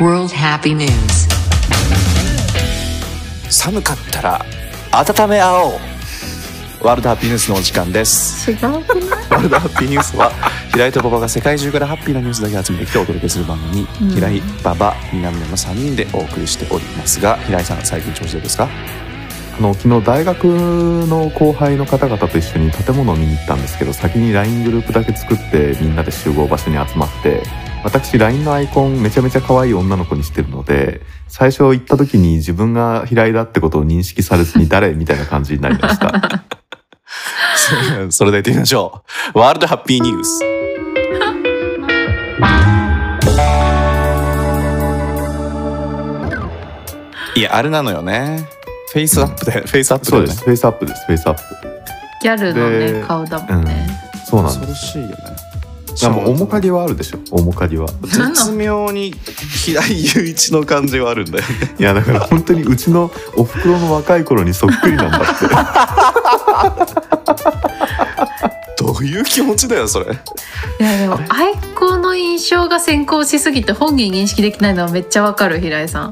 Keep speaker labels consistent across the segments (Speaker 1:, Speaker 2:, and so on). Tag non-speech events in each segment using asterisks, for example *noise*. Speaker 1: World Happy News.
Speaker 2: 寒かったら温め合おうワールドハッピーニュースのお時間です
Speaker 3: 違う
Speaker 2: ワールドハッピーニュース *laughs* は平井と馬場が世界中からハッピーなニュースだけ集めてきてお届けする番組、平井馬場南野の3人でお送りしておりますが平井さん最近調子どうですか
Speaker 4: あの昨日大学の後輩の方々と一緒に建物を見に行ったんですけど先に LINE グループだけ作ってみんなで集合場所に集まって私 LINE のアイコンめちゃめちゃ可愛い女の子にしてるので最初行った時に自分が平井だってことを認識されずに誰みたいな感じになりました
Speaker 2: *laughs* それでは行ってみましょうワールドハッピーニュースいやあれなのよねフェイスアップでフェイスアップだ
Speaker 4: そう
Speaker 2: よ
Speaker 4: で
Speaker 2: ね
Speaker 4: すフェイスアップですフェイスアップ
Speaker 3: ギャルのね
Speaker 4: で
Speaker 3: 顔だもんね、
Speaker 4: そうなん
Speaker 2: 恐
Speaker 4: で
Speaker 2: ろ
Speaker 4: す
Speaker 2: しいよね
Speaker 4: でも面影はあるでしょ面影
Speaker 3: *laughs*
Speaker 4: は
Speaker 2: 絶妙に平井雄一の感じはあるんだよね
Speaker 4: いやだから本当にうちのおふくろの若い頃にそっくりなんだって
Speaker 3: *laughs*
Speaker 2: どういう気持ちだよそれ
Speaker 3: いやでもアイコンの印象が先行しすぎて本人認識できないのはめっちゃわかる平井さん、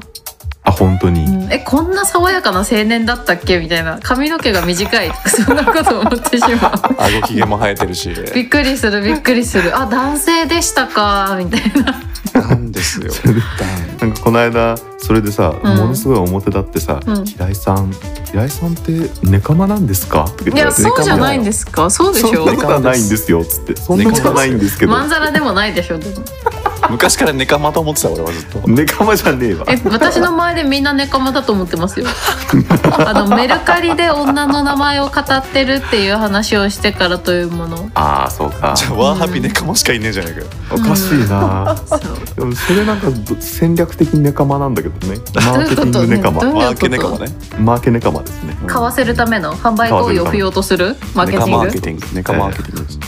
Speaker 4: あ本当に
Speaker 3: うんえこんな爽やかな青年だったっけみたいな髪の毛が短い *laughs* そんなこと思ってしま
Speaker 4: *laughs*
Speaker 3: う
Speaker 2: あごひげも生えてるし
Speaker 3: びっくりするびっくりするあ男性でしたかみたいな
Speaker 2: *laughs* なんです
Speaker 4: *laughs*
Speaker 2: よ
Speaker 4: なんかこの間それでさ、
Speaker 3: うん
Speaker 4: ものすごい表立ってさ、
Speaker 3: うん
Speaker 4: 平井さん平井さんってネカマなんですか?」って言
Speaker 3: い
Speaker 4: わ
Speaker 3: や
Speaker 4: れて
Speaker 3: そうじゃないんですかそうでし
Speaker 4: そ
Speaker 3: ょ
Speaker 4: んなことはないんですよ」つって「そんなことはないんですけど
Speaker 3: まんざらでもないでしょでも
Speaker 2: 昔からネカマと思ってた俺はずっと
Speaker 4: ネカマじゃねえわ
Speaker 3: え私の前でみんなネカマだと思ってます
Speaker 4: *laughs*
Speaker 3: よあのメルカリで女の名前を語ってるっていう話をしてからというもの」
Speaker 4: ああそうか
Speaker 2: じゃあワーハピネカマしかいねえじゃないかよ
Speaker 4: おかしいな
Speaker 3: そう
Speaker 4: でもそれなんかど戦略的ネカマなんだけど
Speaker 3: *laughs*
Speaker 4: ねマーケティングネカマ
Speaker 3: どういうこと
Speaker 2: ワーケネカマね
Speaker 4: マーケネカマですね
Speaker 3: 買わせるための販売行為を不要とするマーケ
Speaker 2: ネ
Speaker 3: テ
Speaker 2: カマ
Speaker 3: ィ
Speaker 2: ー
Speaker 3: ン
Speaker 2: ケ
Speaker 3: グ
Speaker 2: ティングネカマーケティングです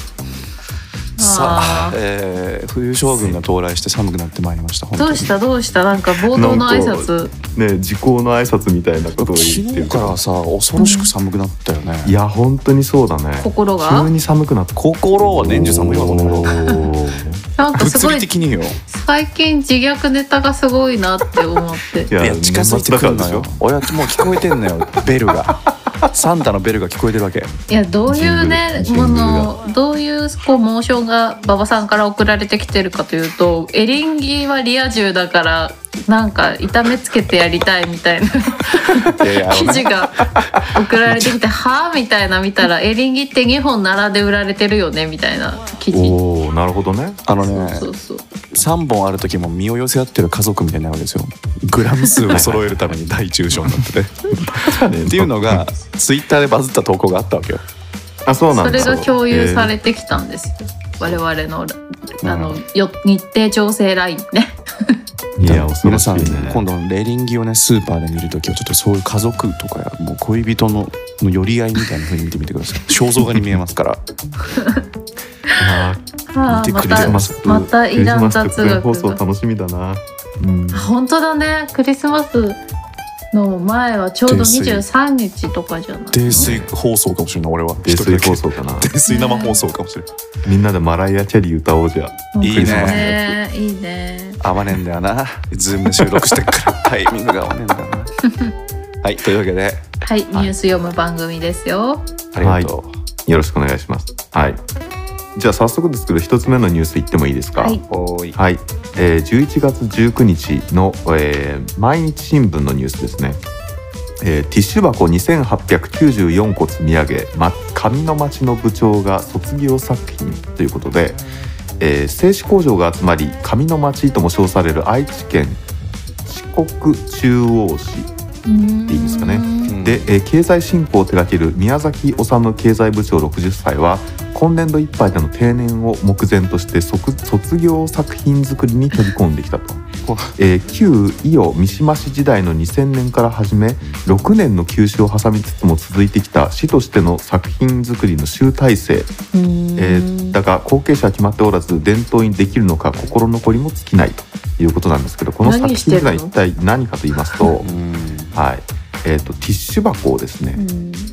Speaker 2: さあ
Speaker 3: あ、ー
Speaker 2: えー、冬将軍が到来して寒くなってまいりました本
Speaker 3: ど
Speaker 2: 当
Speaker 3: う
Speaker 2: に
Speaker 3: したどうしたなんか冒頭の挨拶
Speaker 4: ね時効の挨拶みたいなことを
Speaker 2: 昨
Speaker 4: 言って
Speaker 2: 日
Speaker 4: る
Speaker 2: からさ恐ろしく寒くなったよね、
Speaker 4: いや本当にそうだね
Speaker 3: 心が
Speaker 4: 急に寒くなった
Speaker 2: 心は年中寒 *laughs* いわこの頃
Speaker 4: おー
Speaker 3: なんかす
Speaker 2: 物
Speaker 3: ご
Speaker 2: 理
Speaker 3: い
Speaker 2: 的によ
Speaker 3: 最近自虐ネタがすごいなって思って
Speaker 4: いや
Speaker 2: いや近づいてくるのよ俺はもう聞こえてんのよベル
Speaker 3: *laughs*
Speaker 2: がサンタのベルが聞こえてるわけ
Speaker 3: いやどういうね
Speaker 4: ジング
Speaker 3: も
Speaker 4: ル
Speaker 3: のどういうこうモーションが馬場さんから送られてきてるかというとエリンギはリア充だからなんか痛めつけてやりたいみたいな *laughs*
Speaker 2: いやいやあの
Speaker 3: 記 *laughs*
Speaker 2: ね
Speaker 3: 事が送られてきて「はあ?」みたいな見たら「エリンギって2本並んで売られてるよね」みたいな記事。
Speaker 4: おおなるほどね
Speaker 2: あの
Speaker 3: そう
Speaker 2: ね
Speaker 3: そうそう
Speaker 2: 3本ある時も身を寄せ合ってる家族みたいになるんですよグラム数を揃えるために大中小にな
Speaker 3: *laughs*
Speaker 2: っててっていうのがツイッターでバズった投稿があったわけよ
Speaker 4: *laughs* あそうなん
Speaker 3: そ
Speaker 4: だ
Speaker 3: れが共有さ
Speaker 4: え
Speaker 3: れてきたんですよ、我々のあの、よ日程調整ライン
Speaker 4: *laughs*
Speaker 3: ね
Speaker 4: ーいや恐ろ
Speaker 2: 皆
Speaker 4: しい
Speaker 2: さん
Speaker 4: ね
Speaker 2: 今度レリンギをねスーパーで見る時はちょっとそういう家族とかやもう恋人のの寄り合いみたいな風に見てみてください肖像画に見えます
Speaker 4: *laughs*
Speaker 2: から
Speaker 4: あ
Speaker 3: あ
Speaker 2: 見
Speaker 3: ー
Speaker 2: て
Speaker 3: ま
Speaker 2: くれ
Speaker 4: ークリ
Speaker 3: た
Speaker 4: スマス
Speaker 3: またイラン雑
Speaker 4: クリスマス
Speaker 3: 学
Speaker 4: 特別放送
Speaker 3: が
Speaker 4: 楽しみだな
Speaker 2: *laughs*
Speaker 4: うん
Speaker 3: 本当だねクリスマスの前はちょうど
Speaker 2: 泥酔
Speaker 3: 23日とかじゃない
Speaker 2: 泥酔放送かもしれない俺は
Speaker 4: 冷
Speaker 2: 一人
Speaker 4: 水
Speaker 2: だけ
Speaker 4: 放送かな
Speaker 2: 泥酔生放送かもしれない
Speaker 4: みんなでマライア・キャリー歌おうじゃ
Speaker 2: いいね
Speaker 4: クリスマスの
Speaker 3: ねいいね
Speaker 2: 合わねえんだよなズームで収録してっ
Speaker 4: *laughs*
Speaker 2: からタイミングが合わねえんだよなはいというわけで
Speaker 3: はいニュース読む番組ですよ
Speaker 2: ありがとう、
Speaker 4: よろしくお願いしますはいじゃあ早速ですけど一つ目のニュースいってもいいですか
Speaker 3: はい
Speaker 2: おーい
Speaker 4: はい、えー、11月19日の、えー毎日新聞のニュースですね、えーティッシュ箱2894個積み上げ、ま、紙の町の部長が卒業作品ということで、えー製紙工場が集まり紙の町とも称される愛知県四国中央市
Speaker 3: い
Speaker 4: いいですかね
Speaker 2: うん
Speaker 4: で、えー経済振興を手掛ける宮崎治経済部長60歳は今年度いっぱいでの定年を目前として即卒業作品作りに取り込んできたと
Speaker 2: わ、
Speaker 4: えー旧伊予三島市時代の2000年から始め6年の休止を挟みつつも続いてきた市としての作品作りの集大成、えーだが後継者は決まっておらず伝統にできるのか心残りも尽きないということなんですけどこの作
Speaker 3: 何して
Speaker 4: 品
Speaker 3: る
Speaker 4: と
Speaker 3: の
Speaker 4: は一体何かと言いますと
Speaker 2: う。ん
Speaker 4: はいえー、とティッシュ箱をですね、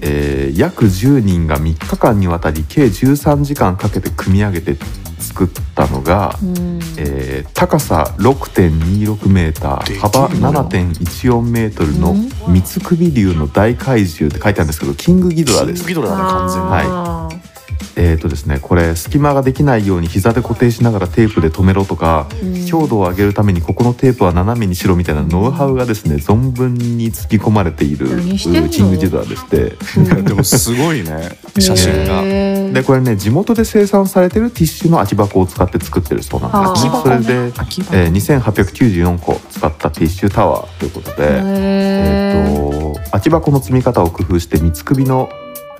Speaker 4: えー約10人が3日間にわたり計13時間かけて組み上げて作ったのが、
Speaker 3: うん
Speaker 4: えー高さ6.26メータ
Speaker 2: でき
Speaker 4: ー
Speaker 2: る
Speaker 4: 幅7.14メートルの三つ首竜の大怪獣って書いてあるんですけどキングギドラです
Speaker 2: キングギドラだね完全に
Speaker 4: はい
Speaker 3: あー
Speaker 4: えーとですね、これ隙間ができないように膝で固定しながらテープで止めろとか、
Speaker 3: うん
Speaker 4: 強度を上げるためにここのテープは斜めにしろみたいなノウハウがですね存分に突き込まれている
Speaker 3: 何してんの
Speaker 4: キングジェドラでして
Speaker 2: でもすご
Speaker 4: *laughs*
Speaker 2: いね写真が。
Speaker 3: へー
Speaker 4: でこれね地元で生産されてるティッシュの空き箱を使って作ってるそうなんですね
Speaker 3: あー
Speaker 4: それで、
Speaker 2: 空き箱
Speaker 4: えー、2894個使ったティッシュタワーということで、え
Speaker 3: へー
Speaker 4: ー、と空き箱の積み方を工夫して三つ首の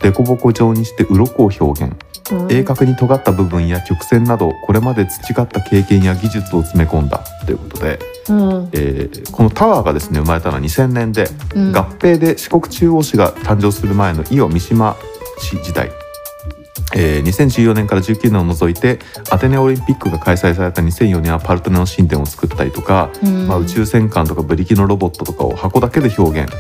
Speaker 4: 凸凹状にして鱗を表現
Speaker 3: うん
Speaker 4: 鋭角に尖った部分や曲線などこれまで培った経験や技術を詰め込んだということで、
Speaker 3: うん
Speaker 4: えーこのタワーがですね生まれたのは2000年で、
Speaker 3: うん
Speaker 4: 合併で四国中央市が誕生する前の伊予三島市時代、えー2014年から19年を除いてアテネオリンピックが開催された2004年はパルトネオン神殿を作ったりとか、
Speaker 3: うん
Speaker 4: まあ、宇宙戦艦とかブリキのロボットとかを箱だけで表現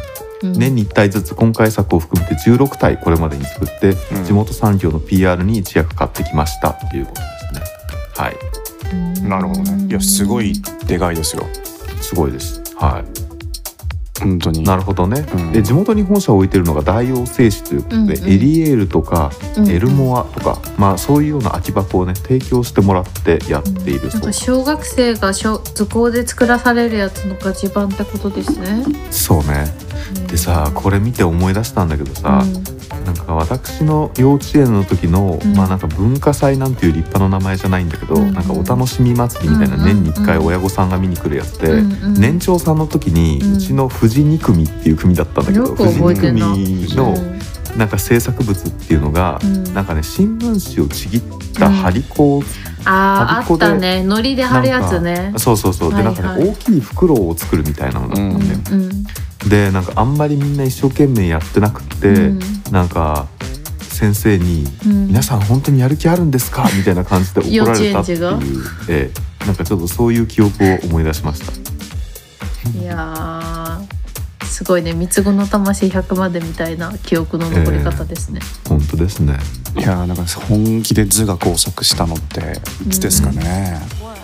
Speaker 3: うん
Speaker 4: 年に1体ずつ今回作を含めて16体これまでに作って
Speaker 2: うん
Speaker 4: 地元産業の PR に一役買ってきましたということですねはい
Speaker 2: なるほどね。いやすごいでかいですよ。
Speaker 4: すごいですは
Speaker 2: 本当
Speaker 4: い
Speaker 2: に。
Speaker 4: なるほどね、
Speaker 2: うん
Speaker 4: で地元に本社を置いているのが大王製紙ということで、
Speaker 3: うんうん
Speaker 4: エリエールとか
Speaker 3: うん
Speaker 4: エルモアとか、まあそういうような空き箱をね提供してもらってやっている
Speaker 3: な
Speaker 4: そ
Speaker 3: ん
Speaker 4: う
Speaker 3: か小学生が小図工で作らされるやつのガチ版ってことですね。
Speaker 4: そうねでさこれ見て思い出したんだけどさ、なんか私の幼稚園の時の、
Speaker 3: うん
Speaker 4: まあなんか文化祭なんていう立派な名前じゃないんだけど、
Speaker 3: うん
Speaker 4: なんかお楽しみ祭りみたいな
Speaker 3: うん
Speaker 4: 年に1回親御さんが見に来るやつで、年
Speaker 3: 年
Speaker 4: 長さんの時に
Speaker 3: うん
Speaker 4: うちの富士二組っていう組だったんだけど、
Speaker 3: よく
Speaker 4: 富士二
Speaker 3: 覚えてん
Speaker 4: 組
Speaker 3: な
Speaker 4: のなんか制作物っていうのが、なんかね新聞紙をちぎった張り子を、
Speaker 3: あーあ
Speaker 4: 旅子
Speaker 3: っ
Speaker 4: で
Speaker 3: たねのりで貼るやつね。
Speaker 4: そうそうそうで
Speaker 3: はい
Speaker 4: な
Speaker 3: は
Speaker 4: んか
Speaker 3: い
Speaker 4: ね、大きい袋を作るみたいなのだったんだよ、
Speaker 3: うん
Speaker 4: でなんかあんまりみんな一生懸命やってなくって、
Speaker 3: うん
Speaker 4: なんか先生に
Speaker 3: うん
Speaker 4: 皆さん本当にやる気あるんですかみたいな感じで怒られたってい
Speaker 3: 幼稚園
Speaker 4: う、ええなんかちょっとそういう記憶を思い出しました
Speaker 3: いやーすごいね三つ子の魂100までみたいな記憶の残り方ですね。
Speaker 4: 本当ですね
Speaker 2: いやーなんか本気で図が工作したのっていつですかね。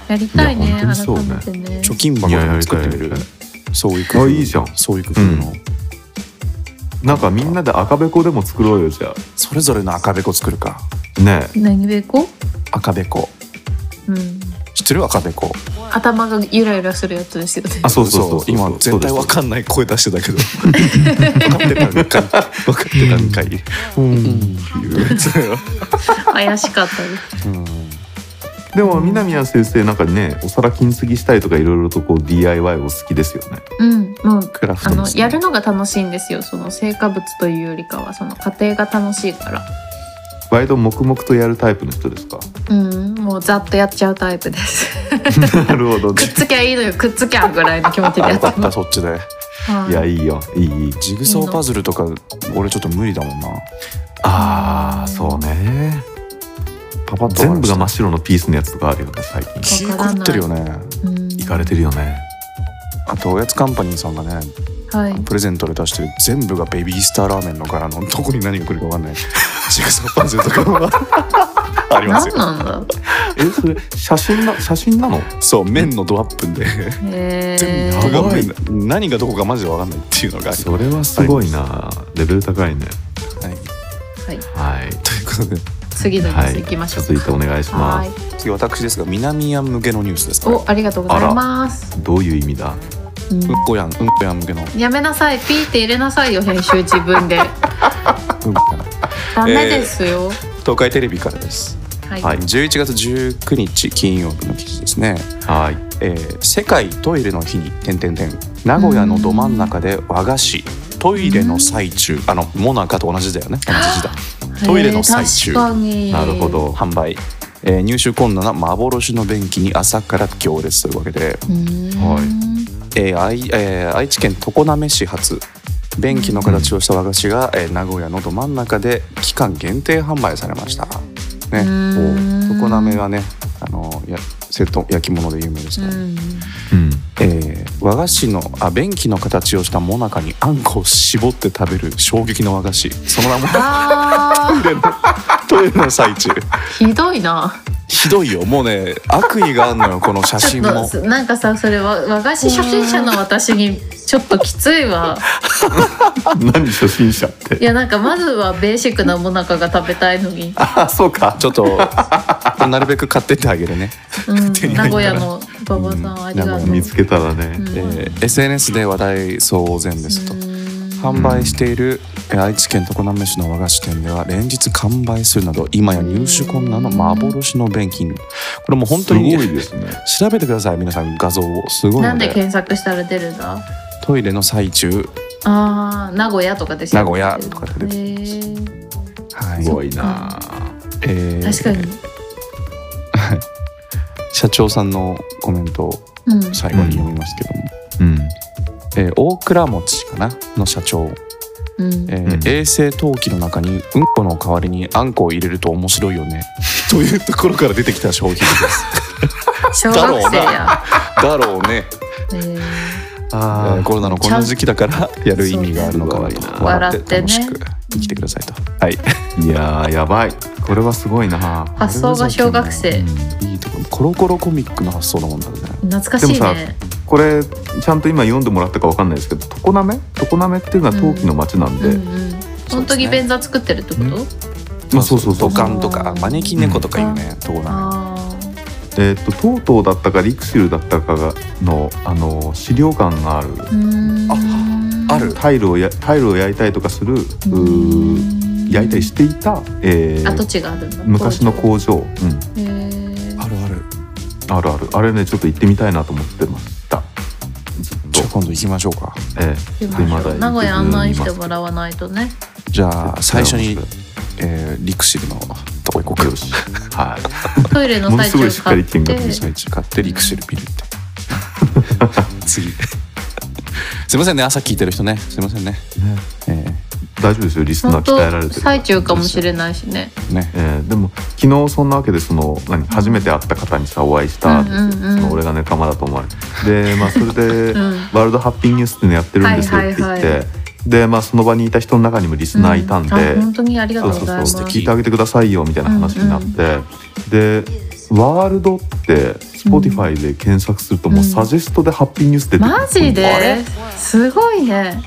Speaker 3: やりたい
Speaker 4: いや
Speaker 3: ね
Speaker 4: 本当にそうね
Speaker 3: 改めてね。
Speaker 2: 貯金箱でも作ってみ
Speaker 4: いややり
Speaker 2: る
Speaker 4: たいや。
Speaker 2: そういう工夫
Speaker 4: あいいじゃん
Speaker 2: そういう工夫の、
Speaker 4: うなんかみんなで赤べこでも作ろうよじゃ
Speaker 2: それぞれの赤べこ作るか。
Speaker 4: あねえ
Speaker 3: 何べこ？
Speaker 2: 赤べこ。
Speaker 3: うん
Speaker 2: 知ってる赤べこ。
Speaker 3: 頭がゆらゆらするやつですよね
Speaker 4: あ。そうそうそうそう
Speaker 2: 今全体わかんない声出してたけど。
Speaker 4: *laughs*
Speaker 2: 分かってたんかい。分かってたんかい。うん。
Speaker 3: 怪しかったです。
Speaker 4: でも南谷先生なんかねお皿金継ぎしたりとかいろいろとこう DIY を好きですよね
Speaker 3: うんもう
Speaker 2: クラフ
Speaker 3: あ
Speaker 2: ト
Speaker 3: の
Speaker 2: ですね
Speaker 3: やるのが楽しいんですよその成果物というよりかはその過程が楽しいから
Speaker 4: 割と黙々とやるタイプの人ですか
Speaker 3: うんもうざっとやっちゃうタイプです
Speaker 4: なるほど
Speaker 3: くっ
Speaker 4: ね
Speaker 3: つきゃいいのよくっつきゃぐらいの気持ちでや
Speaker 2: よ *laughs*
Speaker 3: って
Speaker 2: かっ
Speaker 3: ま
Speaker 2: た
Speaker 3: す
Speaker 2: そっちで。
Speaker 4: いや
Speaker 3: はい
Speaker 4: いよいいいい
Speaker 2: ジグソーパズルとか俺ちょっと無理だもんな。
Speaker 4: あーそうね
Speaker 2: パパッと終わ
Speaker 4: 全
Speaker 2: ら
Speaker 4: 部
Speaker 2: せ
Speaker 4: が
Speaker 2: た
Speaker 4: 真っ白のピースのやつとかあるよね最近
Speaker 2: 気狂ってるよね。
Speaker 3: うん
Speaker 4: いかれてるよね
Speaker 2: あとおやつカンパニーさんがね
Speaker 3: はい
Speaker 2: プレゼントで出してる全部がベビースターラーメンの柄のどこに何が来るか分かんないジグソーパズルとかはあります
Speaker 3: 何
Speaker 2: よ
Speaker 3: なんだ
Speaker 4: えそれ写真な写真なの
Speaker 2: そう麺のドアップで
Speaker 3: へ
Speaker 2: 全
Speaker 3: え
Speaker 2: 部が
Speaker 4: やばい
Speaker 2: 麺何がどこかマジで分かんないっていうのがあり
Speaker 4: それはすごいなレベル高いね
Speaker 2: はい、
Speaker 3: はい
Speaker 4: はい
Speaker 2: ということで
Speaker 3: 次のニュー
Speaker 4: は
Speaker 3: ス行きましょう
Speaker 4: 続いてお願いし
Speaker 3: かは
Speaker 4: ま
Speaker 3: い
Speaker 4: す
Speaker 2: 次私ですが南アン向けのニュースですか
Speaker 3: おありがとうございます
Speaker 4: どういう意味だ
Speaker 3: うん
Speaker 2: うんこやんうんこやん向けの
Speaker 3: やめなさいピーって入れなさいよ編集自分で
Speaker 2: うんこやん
Speaker 3: ダメですよ、
Speaker 2: 東海テレビからです
Speaker 3: はい、
Speaker 4: はい
Speaker 2: 11月19日金曜日の記事ですね
Speaker 4: はい
Speaker 2: えー世界トイレの日に点々点名古屋のど真ん中で和菓子トイレの最中あのモナカと同じだよね同じだトイレの最中
Speaker 3: へえ確かに
Speaker 4: なるほど
Speaker 2: 販売、えー入手困難な幻の便器に朝から行列というわけで、
Speaker 3: うーん
Speaker 4: はい
Speaker 2: えー愛えー愛知県常滑市発便器の形をした和菓子が、えー名古屋のど真ん中で期間限定販売されましたね
Speaker 3: うん
Speaker 2: 常滑はねあのや瀬戸焼き物で有名です
Speaker 3: う
Speaker 2: からね、
Speaker 3: ん
Speaker 4: うん
Speaker 2: えー和菓子のあ便器の形をしたもなかにあんこを絞って食べる衝撃の和菓子その名も
Speaker 3: あー
Speaker 2: トイレの最中
Speaker 3: ひどいな。
Speaker 2: ひどいよもうね悪意があるのよこの写
Speaker 3: ち
Speaker 2: 真
Speaker 3: ょ
Speaker 2: も
Speaker 3: っとなんかさそれは和菓子初心者の私にちょっときついわ
Speaker 4: 何初心者って
Speaker 3: いやなんかまずはベーシックなもなかが食べたいのに、
Speaker 2: *laughs*
Speaker 4: あそうか
Speaker 2: ちょっとなるべく買ってってあげるね、
Speaker 3: うん、
Speaker 2: 手に
Speaker 3: 名
Speaker 2: 入った
Speaker 3: 古
Speaker 2: ら
Speaker 3: 屋の馬場さんありがとう、
Speaker 4: 見つけたらね、
Speaker 3: うん
Speaker 2: えー SNS で話題騒然ですと販売しているえー愛知県常滑市の和菓子店では連日完売するなど今や入手困難の幻の便金これもう本当に
Speaker 4: すごいですね
Speaker 2: 調べてください皆さん画像をすごい
Speaker 3: な
Speaker 2: の
Speaker 3: んで
Speaker 2: で
Speaker 3: 検索したら出るんだ
Speaker 2: トイレの最中
Speaker 3: あー名古屋とかで調べてる
Speaker 2: 名古屋とかで出
Speaker 3: へー
Speaker 2: は
Speaker 4: す
Speaker 2: い、
Speaker 4: ごいな
Speaker 2: えー
Speaker 3: 確かに、
Speaker 2: 社長さんのコメントを
Speaker 3: うん、
Speaker 2: 最後に読みますけども、
Speaker 4: うん
Speaker 2: えー大倉餅かなの社長、
Speaker 3: うん
Speaker 2: えー
Speaker 4: うん
Speaker 2: 衛生陶器の中にうんこの代わりにあんこを入れると面白いよね *laughs* というところから出てきた商品です
Speaker 3: 小学生や、
Speaker 2: *laughs* だろうね、
Speaker 3: えー
Speaker 2: え
Speaker 4: あ
Speaker 2: ーコロナのこんな時期だからやる意味があるのかな
Speaker 4: そう
Speaker 2: と
Speaker 4: ね
Speaker 2: 笑って
Speaker 3: 笑って
Speaker 2: 楽
Speaker 3: ね
Speaker 2: しく生きてくださいと、はい
Speaker 4: いやーやばいこれはすごいな
Speaker 3: 発想が小学生
Speaker 2: いいところコロコロコミックの発想だもんだね
Speaker 3: 懐かしい
Speaker 4: でもさ
Speaker 3: ね
Speaker 4: これちゃんと今読んでもらったかわかんないですけど常滑常滑っていうのは陶器の町なんで、
Speaker 3: うんうん本当に便座作ってるってこと、
Speaker 4: うんまあそうそうそう
Speaker 2: 土管とか招き猫とかいうね、とこなの
Speaker 3: あ
Speaker 4: えー、ととうとうだったかリクシルだったかがのあの資料館がある
Speaker 3: ーうーん
Speaker 2: ある
Speaker 4: タイルをやタイルを焼いたりとかするう
Speaker 3: う
Speaker 4: ー
Speaker 3: ーん
Speaker 4: 焼いたりしていた、えー
Speaker 3: 跡地があるんだ
Speaker 4: 昔の工場、うん、
Speaker 3: へー
Speaker 2: あるある
Speaker 4: あるあるあれねちょっと行ってみたいなと思ってましたずっ
Speaker 2: じゃあ
Speaker 4: と、
Speaker 2: 今度行きましょうか
Speaker 4: え
Speaker 3: で
Speaker 4: ー、でまだ
Speaker 3: も名古屋案内してもらわないとね
Speaker 2: じゃあ最初に、えー、リクシルのとこ行こうか
Speaker 4: よし *laughs* はい
Speaker 3: トイレの最
Speaker 4: ものすごいし
Speaker 3: 中
Speaker 4: っか
Speaker 3: 買っ
Speaker 4: り
Speaker 3: て
Speaker 4: 見学
Speaker 2: リサイチ買ってリクシルビルって *laughs* 次すいませんね朝聞いてる人ねすいませんね、
Speaker 4: ね
Speaker 2: え
Speaker 4: 大丈夫ですよリスナー
Speaker 3: 本
Speaker 4: 鍛えられて
Speaker 3: 当
Speaker 4: る
Speaker 3: 最中かもしれないしね
Speaker 2: ーね
Speaker 4: えーでも昨日そんなわけでその何初めて会った方にさお会いしたんですよ、
Speaker 3: うんうんうん
Speaker 4: その俺が仲間だと思われてでまあそれで、
Speaker 3: *laughs* うん
Speaker 4: ワールドハッピーニュース」っていうのやってるんですよ」って
Speaker 3: は
Speaker 4: 言
Speaker 3: い
Speaker 4: って、
Speaker 3: はいはい
Speaker 4: でまあその場にいた人の中にもリスナーいたんで、
Speaker 3: うあ本当にありがと
Speaker 4: そうそ
Speaker 3: うご
Speaker 4: う
Speaker 3: ざいます
Speaker 4: そう
Speaker 2: 素
Speaker 4: 聞いてあげてくださいよみたいな話になって、でワールドって Spotify で検索するともうサジェストでハッピーニュース出てくる、
Speaker 3: マジ
Speaker 4: あれ
Speaker 3: ですごいね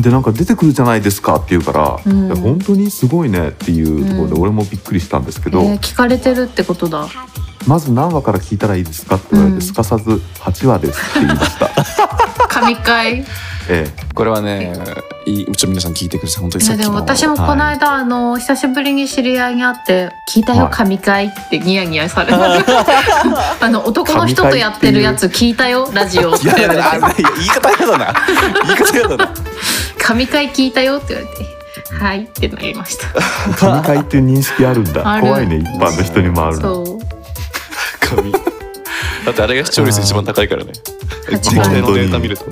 Speaker 4: でなんか出てくるじゃないですかって言うから、
Speaker 3: うん
Speaker 4: いや本当にすごいねっていうところで
Speaker 3: うん
Speaker 4: 俺もびっくりしたんですけ
Speaker 3: え
Speaker 4: ど、
Speaker 3: ー聞かれてるってことだ
Speaker 4: まず何話から聞いたらいいですかって言われて、
Speaker 3: うん
Speaker 4: すかさず8話ですって言いま
Speaker 3: *laughs*
Speaker 4: した。
Speaker 3: 神回
Speaker 4: え
Speaker 2: これはねいいちょっと皆さん聞いてください本当に
Speaker 3: い
Speaker 2: さ
Speaker 3: や
Speaker 2: っきの
Speaker 3: でも私もこの間、あの久しぶりに知り合いに会って「聞いたよ
Speaker 4: はい
Speaker 3: 神回」ってニヤニヤされたあの男の人とやってるやつ聞いたよラジオって
Speaker 2: いやい
Speaker 3: 言わ
Speaker 2: やい
Speaker 3: れ
Speaker 2: やあい
Speaker 3: て
Speaker 2: や言い方やだ *laughs* な言い方やだな
Speaker 3: 「神回聞いたよ」って言われて「はい」ってなりました
Speaker 4: え神回っていう認識あるん
Speaker 3: *laughs* あ
Speaker 4: だ
Speaker 3: る
Speaker 4: 怖いね一般の人にもあるの
Speaker 3: そう
Speaker 2: 神だってあれが視聴率一番高いからね
Speaker 3: 八
Speaker 2: 実
Speaker 3: 番
Speaker 2: 際のデータ見ると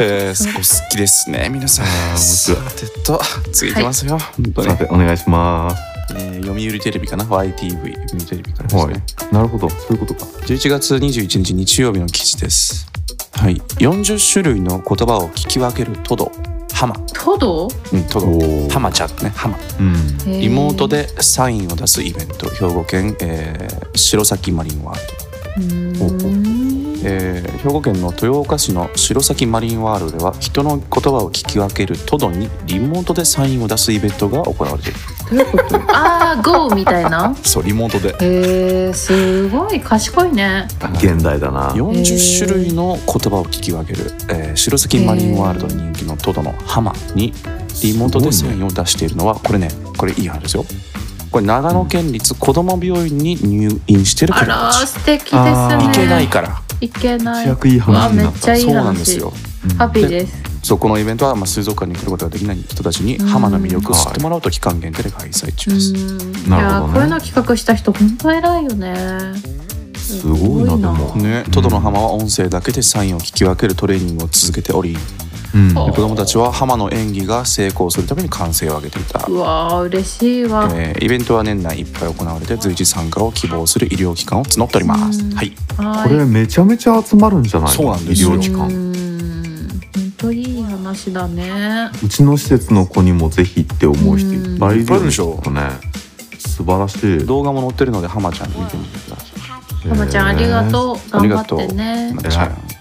Speaker 2: えー、そこ好きですね皆さん
Speaker 4: あー面白い
Speaker 2: さてと次いきますよ、本当に
Speaker 4: さてお願いします
Speaker 2: えー読売テレビかな YTV 読売テレビからです
Speaker 4: は
Speaker 2: ね、
Speaker 4: いなるほどそういうことか
Speaker 2: 11月21日日曜日の記事ですはい40種類の言葉を聞き分けるトドハマ
Speaker 3: トド
Speaker 2: うんト
Speaker 4: お
Speaker 2: ド
Speaker 4: ー
Speaker 2: ハマちゃんねハマ
Speaker 4: うん
Speaker 3: へー
Speaker 2: 妹でサインを出すイベント兵庫県、えー白崎マリンワールド
Speaker 3: うーん
Speaker 2: えー兵庫県の豊岡市の白崎マリンワールドでは人の言葉を聞き分けるトドにリモートでサインを出すイベントが行われている
Speaker 3: どういうことああ GO みたいな
Speaker 2: そうリモートで
Speaker 3: へえすごい賢いね
Speaker 4: 現代だな
Speaker 2: 40種類の言葉を聞き分ける、えー白崎マリンワールドに人気のトドのハマにリモートでサインを出しているのはこれねこれいい話ですよこれ長野県立こども病院に入院してる子
Speaker 3: あ
Speaker 2: 供
Speaker 3: ら
Speaker 2: た
Speaker 3: ー
Speaker 2: ち
Speaker 3: 素敵ですね
Speaker 4: あー
Speaker 2: 行けないから
Speaker 3: いけない
Speaker 4: 一躍いい話にな
Speaker 3: うわめ
Speaker 4: っ
Speaker 3: っちゃ
Speaker 4: た
Speaker 3: いい話
Speaker 2: そうなんですよ
Speaker 3: ハッピーです
Speaker 2: そうこのイベントはまあ水族館に来ることができない人たちに
Speaker 3: うん
Speaker 2: ハマの魅力を知ってもらうと期間限定で開催中です、
Speaker 3: うん
Speaker 4: ないるほ
Speaker 3: や
Speaker 4: どね
Speaker 3: ーこういうの企画した人本当偉いよね
Speaker 4: すごいなでも
Speaker 2: ね、トドのハマは音声だけでサインを聞き分けるトレーニングを続けており
Speaker 4: うん
Speaker 2: で子供たちはハマの演技が成功するために歓声を上げていた
Speaker 3: うわー嬉しいわ、
Speaker 2: えーイベントは年内いっぱい行われて随時参加を希望する医療機関を募っております
Speaker 3: うん
Speaker 2: はい
Speaker 3: は
Speaker 4: これめちゃめちゃ集まるんじゃないの
Speaker 2: そうなんですよ
Speaker 4: 医療
Speaker 3: い
Speaker 4: 機関
Speaker 3: うん本当いい話だね
Speaker 4: うちの施設の子にもぜひって思う人いっぱい
Speaker 2: う
Speaker 4: いるよね
Speaker 2: んいっぱいいるでしょ
Speaker 4: きっとねす素晴らしい。
Speaker 2: 動画も載ってるのでハマちゃん見てみてくださ
Speaker 3: ハマちゃんありがとう。
Speaker 2: あり
Speaker 3: 頑張
Speaker 2: が
Speaker 3: っ
Speaker 2: とう
Speaker 3: て
Speaker 2: い。
Speaker 4: 偉
Speaker 3: ね。
Speaker 4: いえー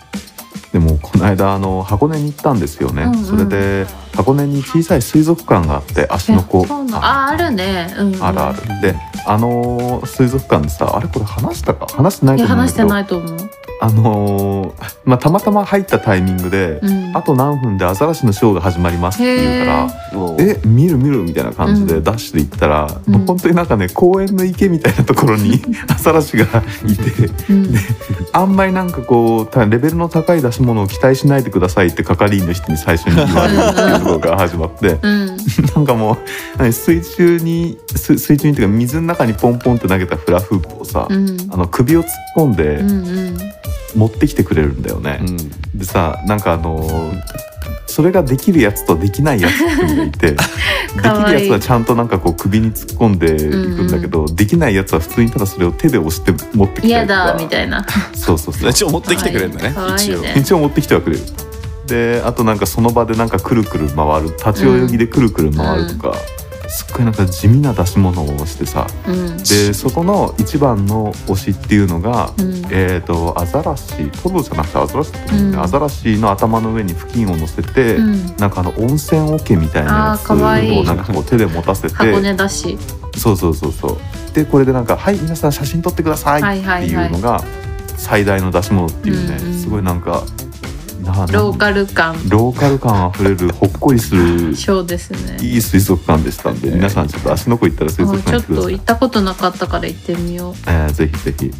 Speaker 4: でもこの間あの箱根に行ったんですよね。
Speaker 3: うんうん
Speaker 4: それで箱根に小さい水族館があって足の子
Speaker 3: えそうなのああるね。うんうん。
Speaker 4: あるある。で、あのー水族館でさ、あれこれ話したか話してない
Speaker 3: い
Speaker 4: と
Speaker 3: や
Speaker 4: 思うんだ
Speaker 3: 話し
Speaker 4: け
Speaker 3: て
Speaker 4: ど、
Speaker 3: ないと思う。
Speaker 4: あのーまあたまたま入ったタイミングで、
Speaker 3: うん。
Speaker 4: あと何分でアザラシのショーが始まりますって言うから。
Speaker 2: え
Speaker 4: え見る見るみたいな感じ
Speaker 3: う
Speaker 4: で
Speaker 3: ん
Speaker 4: ダッシュで行ったら、
Speaker 3: うん
Speaker 4: もう本当になんかね公園の池みたいなところに *laughs* アザラシがいて
Speaker 3: うん
Speaker 4: あんまりなんかこうたレベルの高い出し物を期待しないでくださいって係員の人に最初に言われるっていうところから始ま
Speaker 3: *laughs*
Speaker 4: って
Speaker 3: うん。
Speaker 4: なんかもう何水中に水水中にっていうか水の中にポンポンって投げたフラフープをさ、
Speaker 3: うん。
Speaker 4: あの首を突っ込んで
Speaker 3: うんうん。
Speaker 4: 持ってきてくれるんだよね。
Speaker 2: うん
Speaker 4: でさなんかあのーそれができるやつとできないやつっていうのが
Speaker 3: *laughs*
Speaker 4: いて
Speaker 3: かわいい
Speaker 4: できるやつはちゃんとなんかこう首に突っ込んでいくんだけど、できないやつは普通にただそれを手で押して持ってきて
Speaker 3: 嫌だみた
Speaker 4: い
Speaker 3: いな。
Speaker 4: なそうそうそう
Speaker 2: 一応持ってきてくれるんだね
Speaker 3: かわいい
Speaker 2: 一応
Speaker 3: ね
Speaker 4: 一応持ってきてはくれるであとなんかその場でなんかくるくる回る立ち泳ぎでくるくる回るとか、すっごいなんか地味な出し物をしてさ
Speaker 3: うん。
Speaker 4: でそこの一番の推しっていうのが、
Speaker 3: うん。
Speaker 4: えー、とアザラシトドじゃなくてアザラシだと思うね
Speaker 3: うん
Speaker 4: アザラシの頭の上に布巾を乗せて、
Speaker 3: うん。
Speaker 4: なんかあの温泉桶みたいなやつ
Speaker 3: あーかわい
Speaker 4: を
Speaker 3: い
Speaker 4: なんかこう手で持たせ
Speaker 3: 箱
Speaker 4: て
Speaker 3: 根だし。
Speaker 4: そうそうそうそうでこれでなんか「はい皆さん写真撮ってください」
Speaker 3: はいは
Speaker 4: って
Speaker 3: い
Speaker 4: い
Speaker 3: は
Speaker 4: うの
Speaker 3: い。
Speaker 4: が最大の出し物っていうね、
Speaker 3: うんうん
Speaker 4: すごいなんかな
Speaker 3: ローカル感。
Speaker 4: ローカル感あふれるほっこりす
Speaker 3: *laughs*
Speaker 4: る
Speaker 3: ショーですね。
Speaker 4: いい水族館でしたんで皆さんちょっと足の子行ったら水族
Speaker 3: あ
Speaker 4: 館行
Speaker 3: ちょ
Speaker 4: っ
Speaker 3: って
Speaker 4: くだ
Speaker 3: と
Speaker 4: さい、
Speaker 3: 行ったことなかったから行ってみよう。
Speaker 4: えーぜひぜひ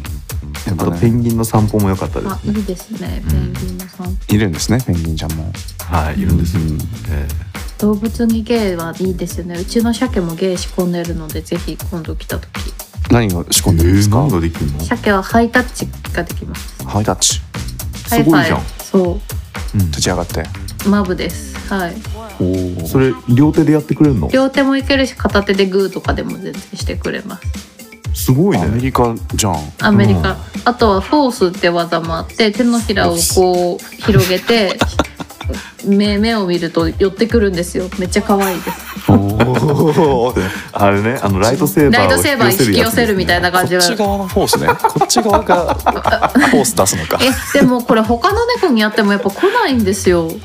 Speaker 2: やっ
Speaker 4: あ
Speaker 2: ぱ
Speaker 4: と
Speaker 2: ね
Speaker 4: ペンギンの散歩も良かったで
Speaker 3: あ
Speaker 4: す
Speaker 3: い
Speaker 4: ね
Speaker 3: いですね。
Speaker 4: うん
Speaker 3: ペンギンの散歩。
Speaker 2: いるんですねペンギンちゃんも
Speaker 4: はいいるんですよ、
Speaker 2: うん
Speaker 4: えー
Speaker 3: 動物に芸はいいですよねうちの鮭も芸仕込んでるのでぜひ今度来た時
Speaker 2: 何が仕込んでるんですか
Speaker 4: 何ができるの
Speaker 3: 鮭はハイタッチができます
Speaker 2: ハイタッチ
Speaker 4: すごいじゃん
Speaker 3: ハイファイブそ
Speaker 2: 立ち上がって
Speaker 3: うマブですはい
Speaker 4: うんそれ両手でやってくれるの
Speaker 3: 両手もいけるし片手でグーとかでも全然してくれます
Speaker 4: すごい
Speaker 2: アメ
Speaker 4: ね
Speaker 2: リカじゃん
Speaker 3: アメリカ、
Speaker 4: うん
Speaker 3: あとはフォースって技もあって手のひらをこう広げて目目を見ると寄ってくるんですよめっちゃ可愛いです
Speaker 2: お
Speaker 4: *laughs* あれねあのライトセーバーを
Speaker 3: ライトセーバー引き寄せるみたい
Speaker 4: な
Speaker 3: な感じ
Speaker 2: こっ
Speaker 3: は
Speaker 2: ち側のフォースね *laughs* こっち側がフォース出すのか、
Speaker 3: えでもこれ他の猫にやってもやっぱ来ないんですよ
Speaker 2: うん
Speaker 4: へ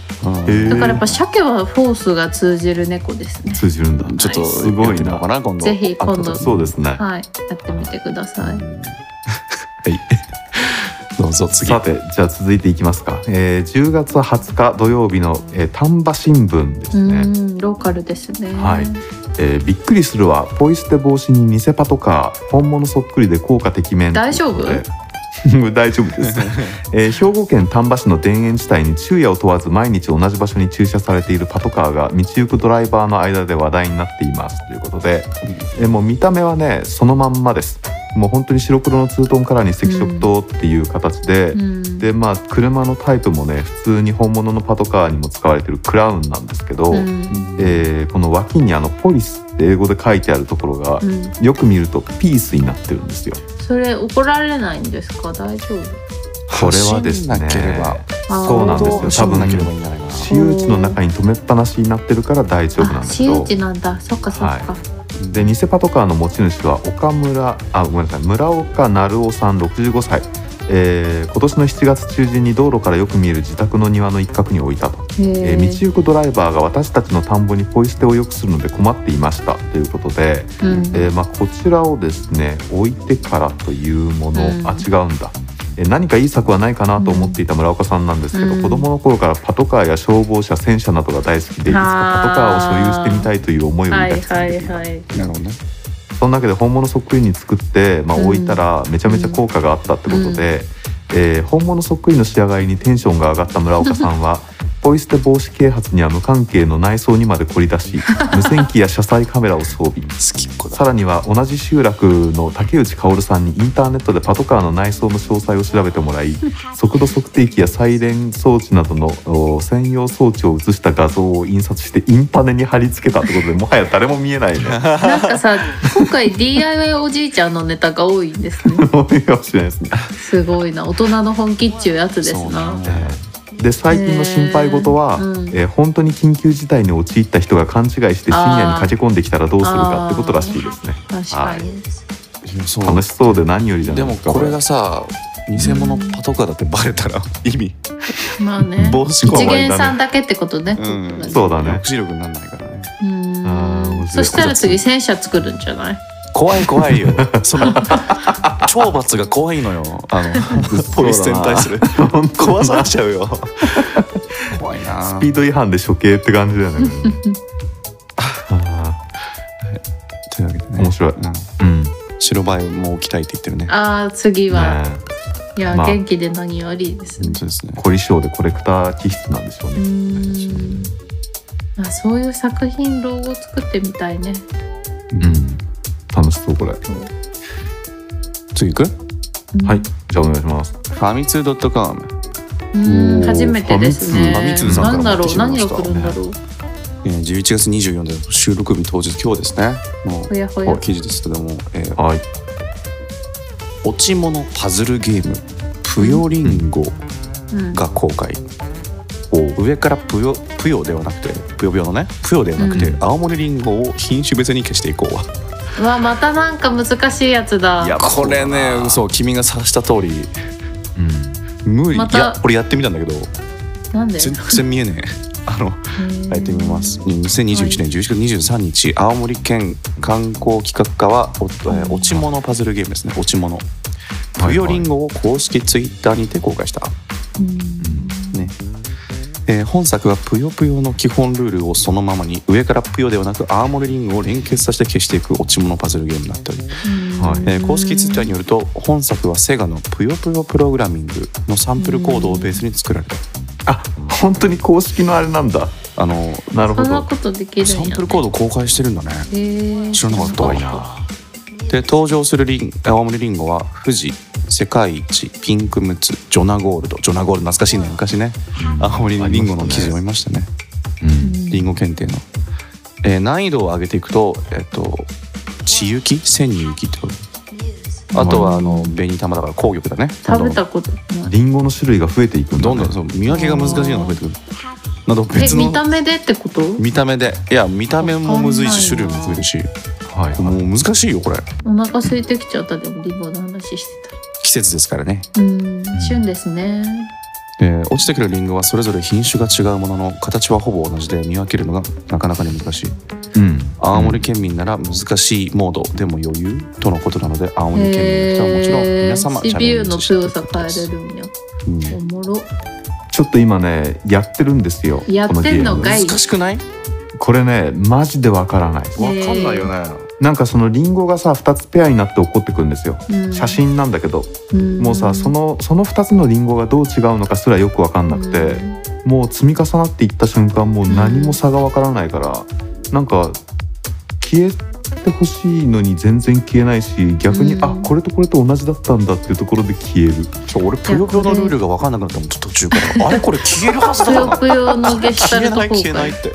Speaker 4: え
Speaker 3: だからやっぱ鮭はフォースが通じる猫ですね。
Speaker 4: 通じるんだ
Speaker 2: ちょっと
Speaker 4: すご
Speaker 2: やっ
Speaker 4: い
Speaker 2: てみようか
Speaker 4: な
Speaker 2: な今度
Speaker 3: ぜひ今
Speaker 2: 会っ
Speaker 3: 度
Speaker 2: た時
Speaker 4: そうですね
Speaker 3: はい、やってみてください。
Speaker 2: *laughs* どうぞ次
Speaker 4: さてじゃあ続いていきますか、えー10月20日土曜日の、えー丹波新聞で
Speaker 3: う
Speaker 4: すね、
Speaker 3: ん、ローカルですね。
Speaker 4: はいえーびっくりするはポイ捨て防止に偽パトカー本物そっくりで効果てきめん
Speaker 3: 大丈夫
Speaker 4: ということで *laughs* 大丈夫です、えー兵庫県丹波市の田園地帯に昼夜を問わず毎日同じ場所に駐車されているパトカーが道行くドライバーの間で話題になっていますということで、えーもう見た目はねそのまんまですもう本当に白黒のツートンカラーに赤色灯っていう形で、
Speaker 3: うん。
Speaker 4: でまあ車のタイプもね普通に本物のパトカーにも使われてるクラウンなんですけど、
Speaker 3: うん。
Speaker 4: えーこの脇にあのポリスって英語で書いてあるところが、
Speaker 3: うん
Speaker 4: よく見るとピースになってるんですよ。
Speaker 3: それ怒られないんですか、大丈夫。
Speaker 4: これはですね
Speaker 2: 走んなければ
Speaker 3: あー
Speaker 4: そうなんですよ
Speaker 2: 多分なければいいんじゃないかな
Speaker 4: 私有地の中に止めっぱなしになってるから大丈夫なん
Speaker 3: あ、
Speaker 4: だ
Speaker 3: 私
Speaker 4: け
Speaker 3: 有
Speaker 4: ど
Speaker 3: 地なんだ。そっかそっか。
Speaker 4: で偽パトカーの持ち主は岡村あごめんなさい村岡成夫さん65歳、えー今年の7月中旬に道路からよく見える自宅の庭の一角に置いたと。えー
Speaker 3: へえ
Speaker 4: 道行くドライバーが私たちの田んぼにポイ捨てを良くするので困っていましたということで、
Speaker 3: うん
Speaker 4: えーまあ、こちらをですね置いてからというもの、
Speaker 3: うん
Speaker 4: あ違うんだ、えー何かいい策はないかなと思っていた村岡さんなんですけど、
Speaker 3: うん
Speaker 4: 子どもの頃からパトカーや消防車戦車などが大好きでいつかパトカーを所有してみたいという思いを
Speaker 3: は
Speaker 4: 抱
Speaker 3: い
Speaker 4: きつけ
Speaker 3: は
Speaker 4: てい
Speaker 3: い
Speaker 4: た
Speaker 3: はい。
Speaker 2: なるほどね
Speaker 4: その中で本物そっくりに作って、まあ、
Speaker 3: うん
Speaker 4: 置いたらめちゃめちゃ効果があったってことで、えー本物そっくりの仕上がりにテンションが上がった村岡さん
Speaker 3: *laughs*
Speaker 4: はポイ捨て防止啓発には無関係の内装にまで凝り出し無線機や車載カメラを装備
Speaker 2: 好きっ子だ
Speaker 4: さらには同じ集落の竹内薫さんにインターネットでパトカーの内装の詳細を調べてもらい速度測定器やサイレン装置などのお専用装置を写した画像を印刷してインパネに貼り付けたってことでもはや誰も見えないね。
Speaker 3: なんかさ、今回 DIY おじいちゃんのネタが多いん
Speaker 4: *laughs*
Speaker 3: ですね。
Speaker 4: 多いかもしれないですね。
Speaker 3: すごいな、大人の本気っちゅうやつです
Speaker 2: そうな。
Speaker 3: なん
Speaker 2: だよ
Speaker 4: で最近の心配事は、
Speaker 3: うん
Speaker 4: えー本当に緊急事態に陥った人が勘違いして深夜に駆け込んできたらどうするかってことらしいですね
Speaker 3: 確かにです、
Speaker 2: そう
Speaker 4: 楽しそうで何よりじゃな
Speaker 2: で
Speaker 4: いで
Speaker 2: も
Speaker 4: すか
Speaker 2: これがさ偽物パトカーだってバレたら意味
Speaker 3: まあね
Speaker 2: 帽子
Speaker 4: 怖
Speaker 2: 怖
Speaker 4: い
Speaker 3: 一
Speaker 2: い
Speaker 4: ね
Speaker 3: 元さんだけってことね、
Speaker 2: うん
Speaker 4: そうだね
Speaker 2: 抑止力にならないからね
Speaker 3: う
Speaker 4: あー
Speaker 3: ん
Speaker 4: 面白い
Speaker 3: そしたら次戦車作るんじゃない
Speaker 2: 怖い怖い *laughs* よその懲罰が怖いのよあ *laughs* のポイ捨てに対する怖さ出ちゃうよ *laughs* 怖いな
Speaker 4: スピード違反で処刑って感じだよねあ
Speaker 2: というわけでね
Speaker 4: 面白い
Speaker 2: うん
Speaker 4: ーうんね
Speaker 2: 白バイも置きたいって言ってるね
Speaker 3: ああ次は、
Speaker 4: え
Speaker 3: いや、
Speaker 4: まあ
Speaker 3: 元気で何よりですね
Speaker 2: 本当ですね
Speaker 4: 凝り性でコレクター気質なんでしょう
Speaker 3: う
Speaker 4: ね
Speaker 3: んあそういう作品老後作ってみたいね
Speaker 4: うん楽しそうこれ
Speaker 2: 次行く
Speaker 3: うん
Speaker 4: はいじゃあお願いします
Speaker 2: ファミツー .com
Speaker 3: う
Speaker 4: お
Speaker 3: ん
Speaker 4: ー
Speaker 3: 初めてですね
Speaker 2: ファミ通ファミ通さんから
Speaker 3: なんだろ
Speaker 2: 持
Speaker 3: う
Speaker 2: って
Speaker 3: 何
Speaker 2: きて
Speaker 3: が
Speaker 2: くれました
Speaker 3: 来るんだろう
Speaker 2: えー11月24日収録日当日今日ですねの
Speaker 3: ほやほや
Speaker 2: 記事ですけども、えー
Speaker 4: はい
Speaker 2: 落ち物パズルゲーム「ぷよりんご」
Speaker 3: うん
Speaker 2: が公開、上からぷよぷよではなくてぷよぷよのねぷよではなくて、
Speaker 4: う
Speaker 2: 青森りんごを品種別に消していこうわ
Speaker 3: うわまたなんか難しいやつだ
Speaker 4: いや
Speaker 2: これねそう君が察した通り
Speaker 4: うん
Speaker 2: 無理、
Speaker 3: また
Speaker 2: いや俺やってみたんだけど
Speaker 3: なんで
Speaker 2: 全然見えねえあのや
Speaker 3: や
Speaker 2: ってみます2021年11月23日青森県観光企画課はおえー落ち物パズルゲームですね落ち物ぷよりんごを公式ツイッターにて公開した、ねえー本作はぷよぷよの基本ルールをそのままに上からぷよではなくアーモルリングを連結させて消していく落ち物パズルゲームになっており、
Speaker 4: はい
Speaker 2: えー公式ツイッターによると本作はセガのぷよぷよプログラミングのサンプルコードをベースに作られた
Speaker 4: あ本当に公式のあれなんだ
Speaker 2: あの
Speaker 4: なるほ
Speaker 3: そんな
Speaker 4: ど
Speaker 3: ことできるんや
Speaker 2: サンプルコードを公開してるんだね
Speaker 3: へえ
Speaker 2: 知らなかった
Speaker 3: 怖い
Speaker 2: で登場するリン青森りんごは富士世界一ピンクムツジョナゴールドジョナゴールド懐かしいね昔ね青森のりんごの記事読みましたね
Speaker 4: うん
Speaker 2: リンゴ検定の、えー難易度を上げていくと、えっと、地雪千に雪ってことあとはあの紅玉だから紅玉だね
Speaker 3: 食べたことない
Speaker 4: リンゴの種類が増えていくんだ
Speaker 2: どん
Speaker 4: ね
Speaker 2: どんそう見分けが難しいのが増えてくるなど別
Speaker 3: え
Speaker 2: の
Speaker 3: 見た目でってこと
Speaker 2: 見た目でいや見た目もむずいし種類も増えるし
Speaker 4: はい
Speaker 2: もう難しいよこれ
Speaker 3: お腹空いてきちゃったでもリンゴの話して
Speaker 2: 季節ですからね、
Speaker 3: たうん旬ですね
Speaker 2: えー落ちてくるリンゴはそれぞれ品種が違うものの形はほぼ同じで見分けるのがなかなかに難しい
Speaker 4: うん
Speaker 2: 青森県民なら難しいモードでも余裕とのことなので青森県民の人はもちろん皆様チャレ
Speaker 3: CPU
Speaker 2: ン
Speaker 3: の
Speaker 2: ジしてい
Speaker 3: 強
Speaker 2: ただ
Speaker 3: さ
Speaker 2: きたい
Speaker 3: 変
Speaker 2: で
Speaker 3: え
Speaker 2: す
Speaker 3: れ
Speaker 2: う
Speaker 3: るんや
Speaker 2: ん
Speaker 3: おもろ
Speaker 4: ちょっと今ねやってるんですよ
Speaker 3: やってんのかい
Speaker 4: こゲーム
Speaker 2: 難しくない
Speaker 4: これねマジでわからない
Speaker 3: わかんないよ
Speaker 2: ね
Speaker 4: なんかそのリンゴがさ2つペアになって起こってくるんですよ写真なんだけどもうさそのその2つのリンゴがどう違うのかすらよくわかんなくてもう積み重なっていった瞬間もう何も差がわからないからなんか消えてほしいのに全然消えないし逆に
Speaker 3: うん
Speaker 4: あこれとこれと同じだったんだっていうところで消える
Speaker 2: 俺ぷよぷよのルールが分かんなくなったもんちょっと途中からあれこれ消えるはず
Speaker 3: ぷ
Speaker 2: だ
Speaker 3: よ
Speaker 2: な
Speaker 3: ぷよのゲシ
Speaker 2: 消え
Speaker 3: ュタルト
Speaker 2: ない
Speaker 3: 効
Speaker 2: 消え *laughs* ない
Speaker 3: 果
Speaker 2: って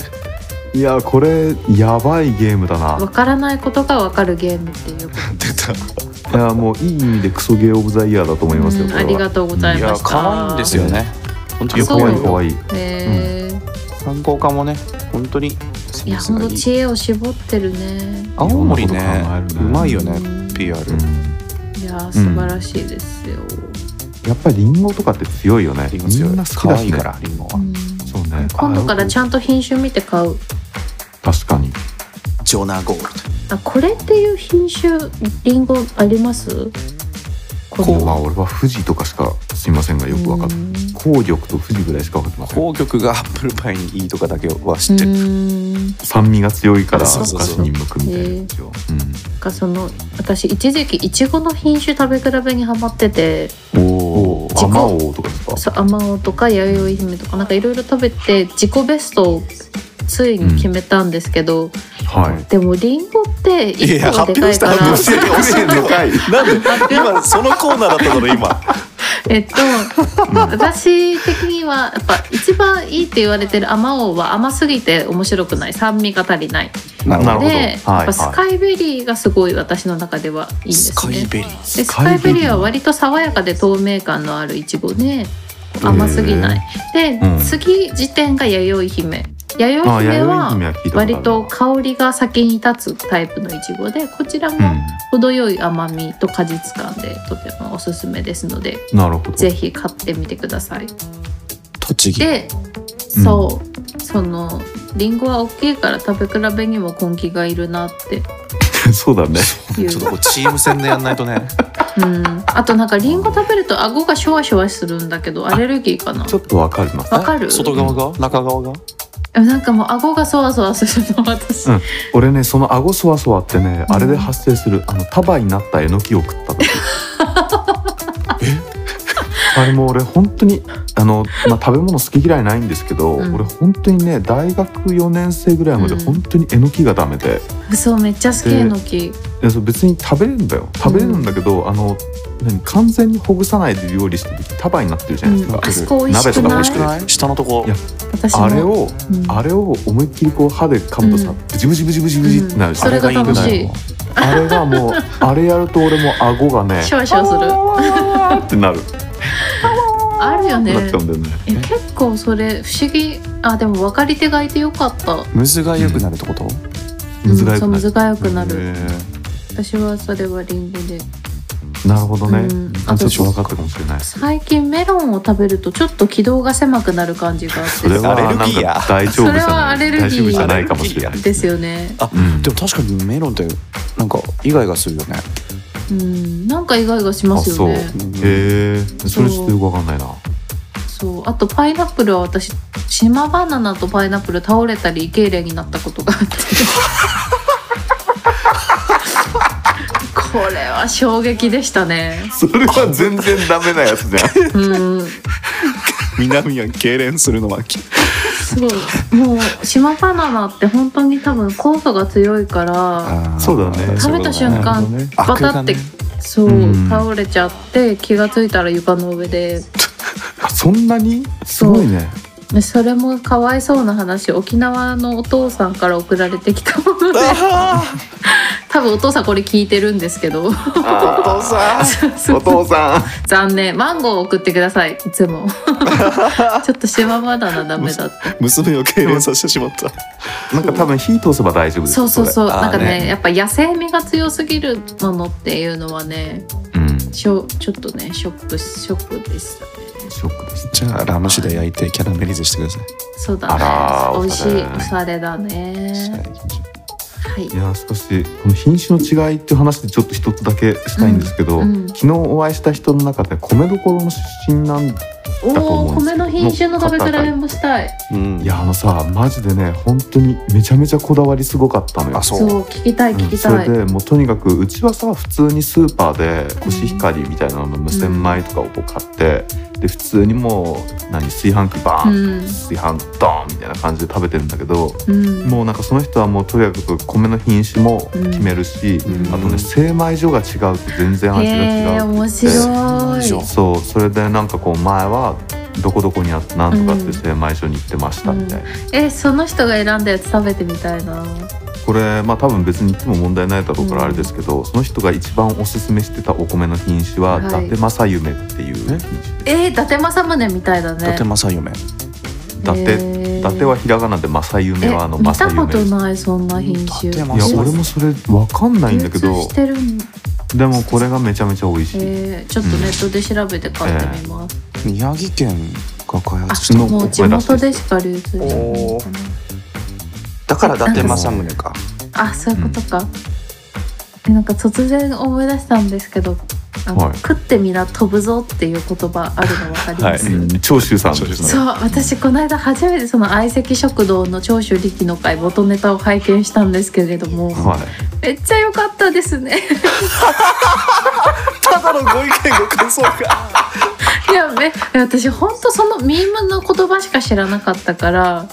Speaker 4: いやこれやばいゲームだな
Speaker 3: わからないことがわかるゲームっていうこ
Speaker 2: 出
Speaker 4: いやもういい意味でクソゲーオブザイヤーだと思いますよ、
Speaker 3: と
Speaker 4: こ
Speaker 3: あ
Speaker 4: れ
Speaker 3: り
Speaker 4: は
Speaker 3: がとうござ
Speaker 2: たい
Speaker 3: い
Speaker 2: や
Speaker 3: ました
Speaker 2: 可愛いんですよね本当に
Speaker 3: あ
Speaker 2: よ
Speaker 3: そ
Speaker 2: く
Speaker 3: う
Speaker 4: 可
Speaker 2: わ
Speaker 4: 愛
Speaker 2: かる
Speaker 4: い可愛い
Speaker 3: へー
Speaker 2: 観光家もね本当にセ
Speaker 3: い
Speaker 2: ン
Speaker 3: や
Speaker 2: ス
Speaker 3: ほん
Speaker 2: が
Speaker 3: と
Speaker 2: いい
Speaker 3: 知恵を絞ってるね
Speaker 2: 青森ね
Speaker 4: いろんなこと考え
Speaker 2: う
Speaker 4: るね
Speaker 2: まいよね
Speaker 3: うん
Speaker 2: PR
Speaker 3: いやー素晴らしいですよ、
Speaker 4: やっぱりリンゴとかって強いよね
Speaker 2: リンゴ
Speaker 4: み
Speaker 2: 強
Speaker 4: ん
Speaker 2: い
Speaker 4: な好き
Speaker 2: 可
Speaker 4: だ
Speaker 2: 愛
Speaker 4: し
Speaker 2: い
Speaker 4: ね
Speaker 2: からリンゴは
Speaker 3: うん
Speaker 4: そうね
Speaker 3: 今度からち
Speaker 4: ゃ
Speaker 3: ゃんと品種見て買う
Speaker 4: 確かに
Speaker 2: ジョナゴール
Speaker 3: あこれっていう品種リンゴありますこ
Speaker 4: 今度は俺は富士とかしかすいませんがよく分かって
Speaker 3: うん
Speaker 4: 紅玉と富士ぐらいしか分かってま
Speaker 2: ド
Speaker 4: せん
Speaker 2: 紅玉がアップルパイにいいとかだけは知ってる
Speaker 3: うん
Speaker 4: 酸味が強いから
Speaker 2: そう
Speaker 4: お
Speaker 2: そう
Speaker 4: 菓
Speaker 2: そう
Speaker 4: 子に向くみたいな一応
Speaker 3: なんかその私一時期いちごの品種食べ比べにハマってて
Speaker 2: お
Speaker 4: お
Speaker 2: お
Speaker 4: お甘おうとかですか
Speaker 3: そうあまおうとかやよい姫とかなんかいろいろ食べて自己ベストをついに決めたんですけど、 *laughs*
Speaker 4: はい
Speaker 3: でもリンゴって
Speaker 2: いや
Speaker 3: 1
Speaker 2: 発
Speaker 3: 個はでか
Speaker 2: 表
Speaker 3: い
Speaker 2: した
Speaker 3: からら
Speaker 2: 教えて教えてのかいなんで今そのコーナーだったのね今
Speaker 3: えっと私的にはやっぱ一番いいって言われてるあまおうは甘すぎて面白くない酸味が足りない
Speaker 4: *laughs* なるほど
Speaker 3: で、
Speaker 4: はい
Speaker 3: やっぱスカイベリーがすごい私の中ではいいんです
Speaker 2: ス
Speaker 3: ね
Speaker 2: カイベリー
Speaker 3: でス
Speaker 4: スカ
Speaker 3: カ
Speaker 4: イ
Speaker 3: イ
Speaker 4: ベ
Speaker 3: ベ
Speaker 4: リー
Speaker 3: リーは割と爽やかで透明感のあるイチゴで甘すぎない。で、
Speaker 4: うん
Speaker 3: 次時点が弥生姫。弥
Speaker 4: あ
Speaker 3: 生姫
Speaker 4: 弥生
Speaker 3: は
Speaker 4: 姫は聞いたことある
Speaker 3: 割と香りが先に立つタイプのいちごでこちら
Speaker 4: う
Speaker 3: も
Speaker 4: ん
Speaker 3: 程よい甘みと果実感でとてもおすすめですので
Speaker 4: なるほど
Speaker 3: ぜひ買ってみてください。
Speaker 2: 栃木
Speaker 3: で、
Speaker 4: うん
Speaker 3: そうそのりんごは大きいから食べ比べにも根気がいるなって。
Speaker 4: *laughs* そうだね
Speaker 2: ちょっとこうチーム戦でやんないとね
Speaker 3: うん、あとなんかりんご食べると顎がシュワシュワするんだけどアレルギーかな
Speaker 4: ちょっとわかります
Speaker 3: *laughs* わかる
Speaker 2: 外側が中側が
Speaker 3: でもなんかもう顎がそわそわするの私、
Speaker 4: うん俺ねその顎そわそわってね
Speaker 3: うん
Speaker 4: あれで発生するあの束になったえのきを食
Speaker 3: *laughs*
Speaker 4: った時 *laughs* あれもう俺本当にあの、まあ、食べ物好き嫌いないんですけど、
Speaker 3: うん
Speaker 4: 俺本当にね大学4年生ぐらいまで
Speaker 3: うん
Speaker 4: 本当にえのきがダメで,、
Speaker 3: 嘘めっちゃ好き
Speaker 4: で
Speaker 3: えのき
Speaker 4: でそう別に食べれるんだよ食べれるんだけど、あの何完全にほぐさないで料理してる時束になってるじゃないですか、
Speaker 3: うんあそこ美味しく
Speaker 4: 鍋と
Speaker 3: ない
Speaker 4: か美味しくない
Speaker 2: 下のとこ
Speaker 4: いや
Speaker 3: 私も
Speaker 4: あれを
Speaker 3: うん
Speaker 4: あれを思いっきりこう歯で噛むとさ、
Speaker 3: うん
Speaker 4: ブチブチブチブチブチってなるし、
Speaker 3: それが楽しい
Speaker 4: あれが
Speaker 3: *laughs*
Speaker 4: もうあれやると俺も顎がね
Speaker 3: シュワシュワする
Speaker 4: るってなる
Speaker 3: あるよね
Speaker 4: なっちゃうんだよね
Speaker 3: え結構それ不思議あでも分かり手がいてよかった
Speaker 2: むずが良くなるってこと、
Speaker 4: 水が良
Speaker 3: う
Speaker 4: くな
Speaker 3: んそう水
Speaker 4: る
Speaker 3: が良くなる、
Speaker 4: へ
Speaker 3: 私はそれはリンゴで
Speaker 4: ーなるほどね、
Speaker 3: うん
Speaker 4: あちょっと分かったかもしれないです
Speaker 3: 最近メロンを食べるとちょっと軌道が狭くなる感じがあって
Speaker 4: それはなん
Speaker 2: アレルギーや
Speaker 4: か大丈夫じゃ
Speaker 3: それは
Speaker 4: な
Speaker 3: ア
Speaker 4: い
Speaker 3: レルギ
Speaker 4: 大
Speaker 3: ー
Speaker 4: 丈夫じゃないかもしれない
Speaker 3: ですよね
Speaker 4: うん
Speaker 2: でも確かにメロンってなんか意外がするよね、
Speaker 3: うんなんか意外がしますよね
Speaker 2: うん
Speaker 4: へえそれちょっとよくわかんないな
Speaker 3: そうあとパイナップルは私島バナナとパイナップル倒れたり胃痙攣になったことがあってこれは衝撃でしたね
Speaker 4: それは全然ダメなやつじゃん
Speaker 3: うん
Speaker 2: 南は痙攣するのはき
Speaker 3: すごいもう島バナナって本当に多分酵素が強いから
Speaker 2: あー
Speaker 4: そうだね
Speaker 3: 食べた瞬
Speaker 4: なる
Speaker 3: 間
Speaker 4: ほどね
Speaker 2: ア
Speaker 3: バ
Speaker 2: ク
Speaker 3: タ
Speaker 2: が
Speaker 3: って
Speaker 2: ね
Speaker 3: そう、
Speaker 4: うん
Speaker 3: 倒れちゃって気がついたら床の上で
Speaker 4: あそんなにすごいね
Speaker 3: でそれもかわいそうな話沖縄のお父さんから送られてきたもので多分お父さんこれ聞いてるんですけど
Speaker 4: お父さんお父さん
Speaker 3: 残念マンゴーを送ってくださいいつもちょっと島バナナダメだって
Speaker 2: 娘を痙攣させてしまった
Speaker 4: *laughs* なんか多分火通せば大丈夫です
Speaker 3: そうそうそう
Speaker 2: それ
Speaker 3: なんか
Speaker 2: あー
Speaker 3: ね
Speaker 2: ね
Speaker 3: やっぱ野生味が強すぎるものっていうのはね
Speaker 4: れうん
Speaker 3: しょちょっとねショックショックでしたね
Speaker 4: ショックです
Speaker 2: じゃあラム酒で焼いてキャラメリゼしてください
Speaker 3: そうだ
Speaker 4: あら
Speaker 3: ね
Speaker 4: ー
Speaker 3: 美味しいお
Speaker 4: おし
Speaker 3: しゃれだねはい
Speaker 4: いやしかしこの品種の違いっていう話でちょっと一つだけしたいんですけど、
Speaker 3: うんうん
Speaker 4: 昨日お会いした人の中で米どころの出身なんいだと
Speaker 3: お
Speaker 4: 思
Speaker 3: お
Speaker 4: うん
Speaker 3: ー
Speaker 4: です
Speaker 3: 米
Speaker 4: けど
Speaker 3: の品種の食べ比べもしたい
Speaker 2: うん
Speaker 4: やあのさマジでね本当にめちゃめちゃこだわりすごかったのよ
Speaker 2: あ。そ
Speaker 3: そう
Speaker 2: う
Speaker 3: 聞きたい
Speaker 4: うん
Speaker 3: 聞き
Speaker 4: そ
Speaker 3: た
Speaker 4: れ
Speaker 3: い、うん
Speaker 4: でもうとにかくうちはさ普通にスーパーでコシヒカリみたいなのの無洗米とかをこう買って、で普通にもう何炊飯器バーン、炊飯ドーンみたいな感じで食べてるんだけど、
Speaker 3: うん、
Speaker 4: もうなんかその人はもうとにかく米の品種も決めるし、
Speaker 2: うん
Speaker 4: あとね精米所が違うと全然味が違う
Speaker 3: へえ面白い
Speaker 2: そう
Speaker 4: そうそれでなんかこう前はどこどこにあってなんとかって精米所に行ってましたみたいな、
Speaker 3: えその人が選んだやつ食べてみたいな
Speaker 4: これまあ多分別に言っても問題ないだろうか
Speaker 3: うん
Speaker 4: らあれですけど、その人が一番おすすめしてたお米の品種は、
Speaker 3: はい
Speaker 4: 伊達正夢っていう品種で
Speaker 3: えー、伊達政宗みたいだ
Speaker 2: 伊
Speaker 3: ね
Speaker 2: 達正夢
Speaker 4: 伊達
Speaker 3: へー
Speaker 4: 伊達はひらがなで正夢
Speaker 3: え
Speaker 4: はあの
Speaker 3: 見た
Speaker 4: 正夢
Speaker 3: こ
Speaker 4: で
Speaker 3: と
Speaker 4: す
Speaker 3: ないそんな品種
Speaker 2: 伊達
Speaker 4: いや
Speaker 2: 正
Speaker 4: 俺もそれわかんないんだけど
Speaker 3: 流通してるん
Speaker 4: でもこれがめちゃめちゃ美味しい、
Speaker 3: えー、ちょっとネットで調べて買ってみます、
Speaker 2: 宮城県が開発し
Speaker 4: う
Speaker 2: た
Speaker 4: ん
Speaker 3: あもう地元でしか流通してない
Speaker 2: おーだから伊達政宗か
Speaker 3: あそういうことか、えなんか突然思い出したんですけどあの、
Speaker 4: はい
Speaker 3: 食ってみな飛ぶぞっていう言葉あるの分かります、
Speaker 4: うん長州さんです
Speaker 3: そう
Speaker 4: ね
Speaker 3: 私この間初めてその相席食堂の長州力の会元ネタを拝見したんですけれども
Speaker 4: はい
Speaker 3: めっちゃ良かったですね *laughs*
Speaker 2: ただのご意見ご感想が
Speaker 3: いやめ私本当そのミームの言葉しか知らなかったから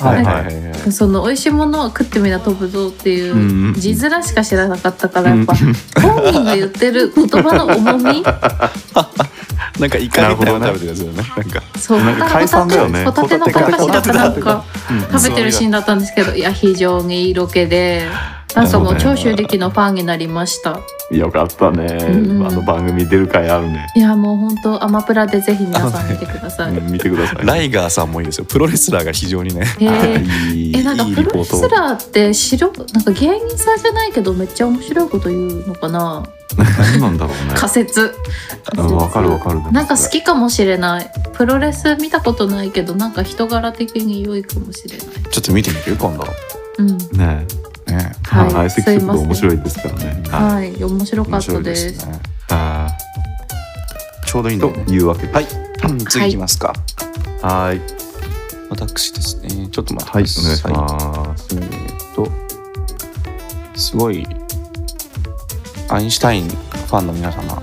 Speaker 2: はいはいはいはい
Speaker 3: その美味しいものを食ってみな飛ぶぞってい
Speaker 4: うんうん
Speaker 3: う字面しか知らなかったからやっぱ本人が言ってる言葉の重
Speaker 4: *laughs*
Speaker 3: み
Speaker 2: なんかイカみたいなの食べてるやつだよねなんか
Speaker 3: そう
Speaker 4: なんか解散だよね
Speaker 3: ホタテの
Speaker 4: ホタテ
Speaker 3: 形
Speaker 4: か
Speaker 3: だかなんか
Speaker 4: うん
Speaker 3: 食べてるシーンだったんですけどいや非常にいいロケであそも長州力のファンになりました
Speaker 4: よかったね、
Speaker 3: うん
Speaker 4: あの番組出る回あるね、
Speaker 3: いやもう本当アマプラでぜひ皆さん見てください、
Speaker 4: うん見てください
Speaker 2: ライガーさんもいいですよプロレスラーが非常にね
Speaker 3: え
Speaker 4: あ
Speaker 3: ー
Speaker 4: いい
Speaker 3: えなんか
Speaker 4: いい
Speaker 3: プ
Speaker 4: リポ
Speaker 3: ロレ
Speaker 4: ートを
Speaker 3: スラーって白なんか芸人さんじゃないけどめっちゃ面白いこと言うのかな
Speaker 4: 何なんだろうね
Speaker 3: 仮説
Speaker 4: うんわかるわかる
Speaker 3: なんか好きかもしれないプロレス見たことないけどなんか人柄的に良いかもしれない
Speaker 2: ちょっと見てみる今度
Speaker 3: うん
Speaker 4: ね
Speaker 2: ね
Speaker 4: え、はい、
Speaker 3: はい
Speaker 4: 相席食堂面
Speaker 3: すいません
Speaker 4: 白いですからねはい
Speaker 3: はい面白か
Speaker 2: 面
Speaker 3: っ
Speaker 2: 白
Speaker 3: た
Speaker 2: いで
Speaker 3: です
Speaker 2: すね
Speaker 4: あ
Speaker 2: ちょうどいいんだ
Speaker 4: ー
Speaker 2: よね
Speaker 4: というわけで
Speaker 2: はいうん次いきますか、
Speaker 4: はい
Speaker 2: 私ですねちょっと待って
Speaker 4: はい
Speaker 2: く
Speaker 4: お願い
Speaker 2: だ
Speaker 4: し
Speaker 2: さい
Speaker 4: ます
Speaker 2: えーっとすごいアインシュタインファンの皆様 *laughs*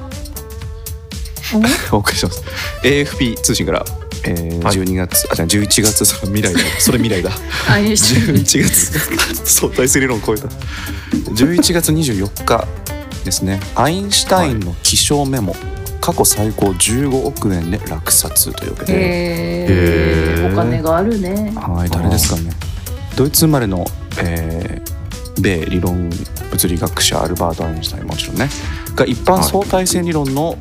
Speaker 2: お送りします AFP 通信から、えー
Speaker 4: はい
Speaker 2: 12月あじゃあ11月それ未来だそれ未 *laughs* 来だ
Speaker 3: おあいいし
Speaker 2: 11月 *laughs* 相対性理論を超えた11月24日ですねアインシュタインの気象メモ、過去最高15億円で落札というわけで、
Speaker 3: へ
Speaker 4: へー
Speaker 3: ーお金があるね
Speaker 2: はい、誰ですかね。ドイツ生まれの、えー米理論物理学者アルバート・アインシュタインもちろんねが一般相対性理論の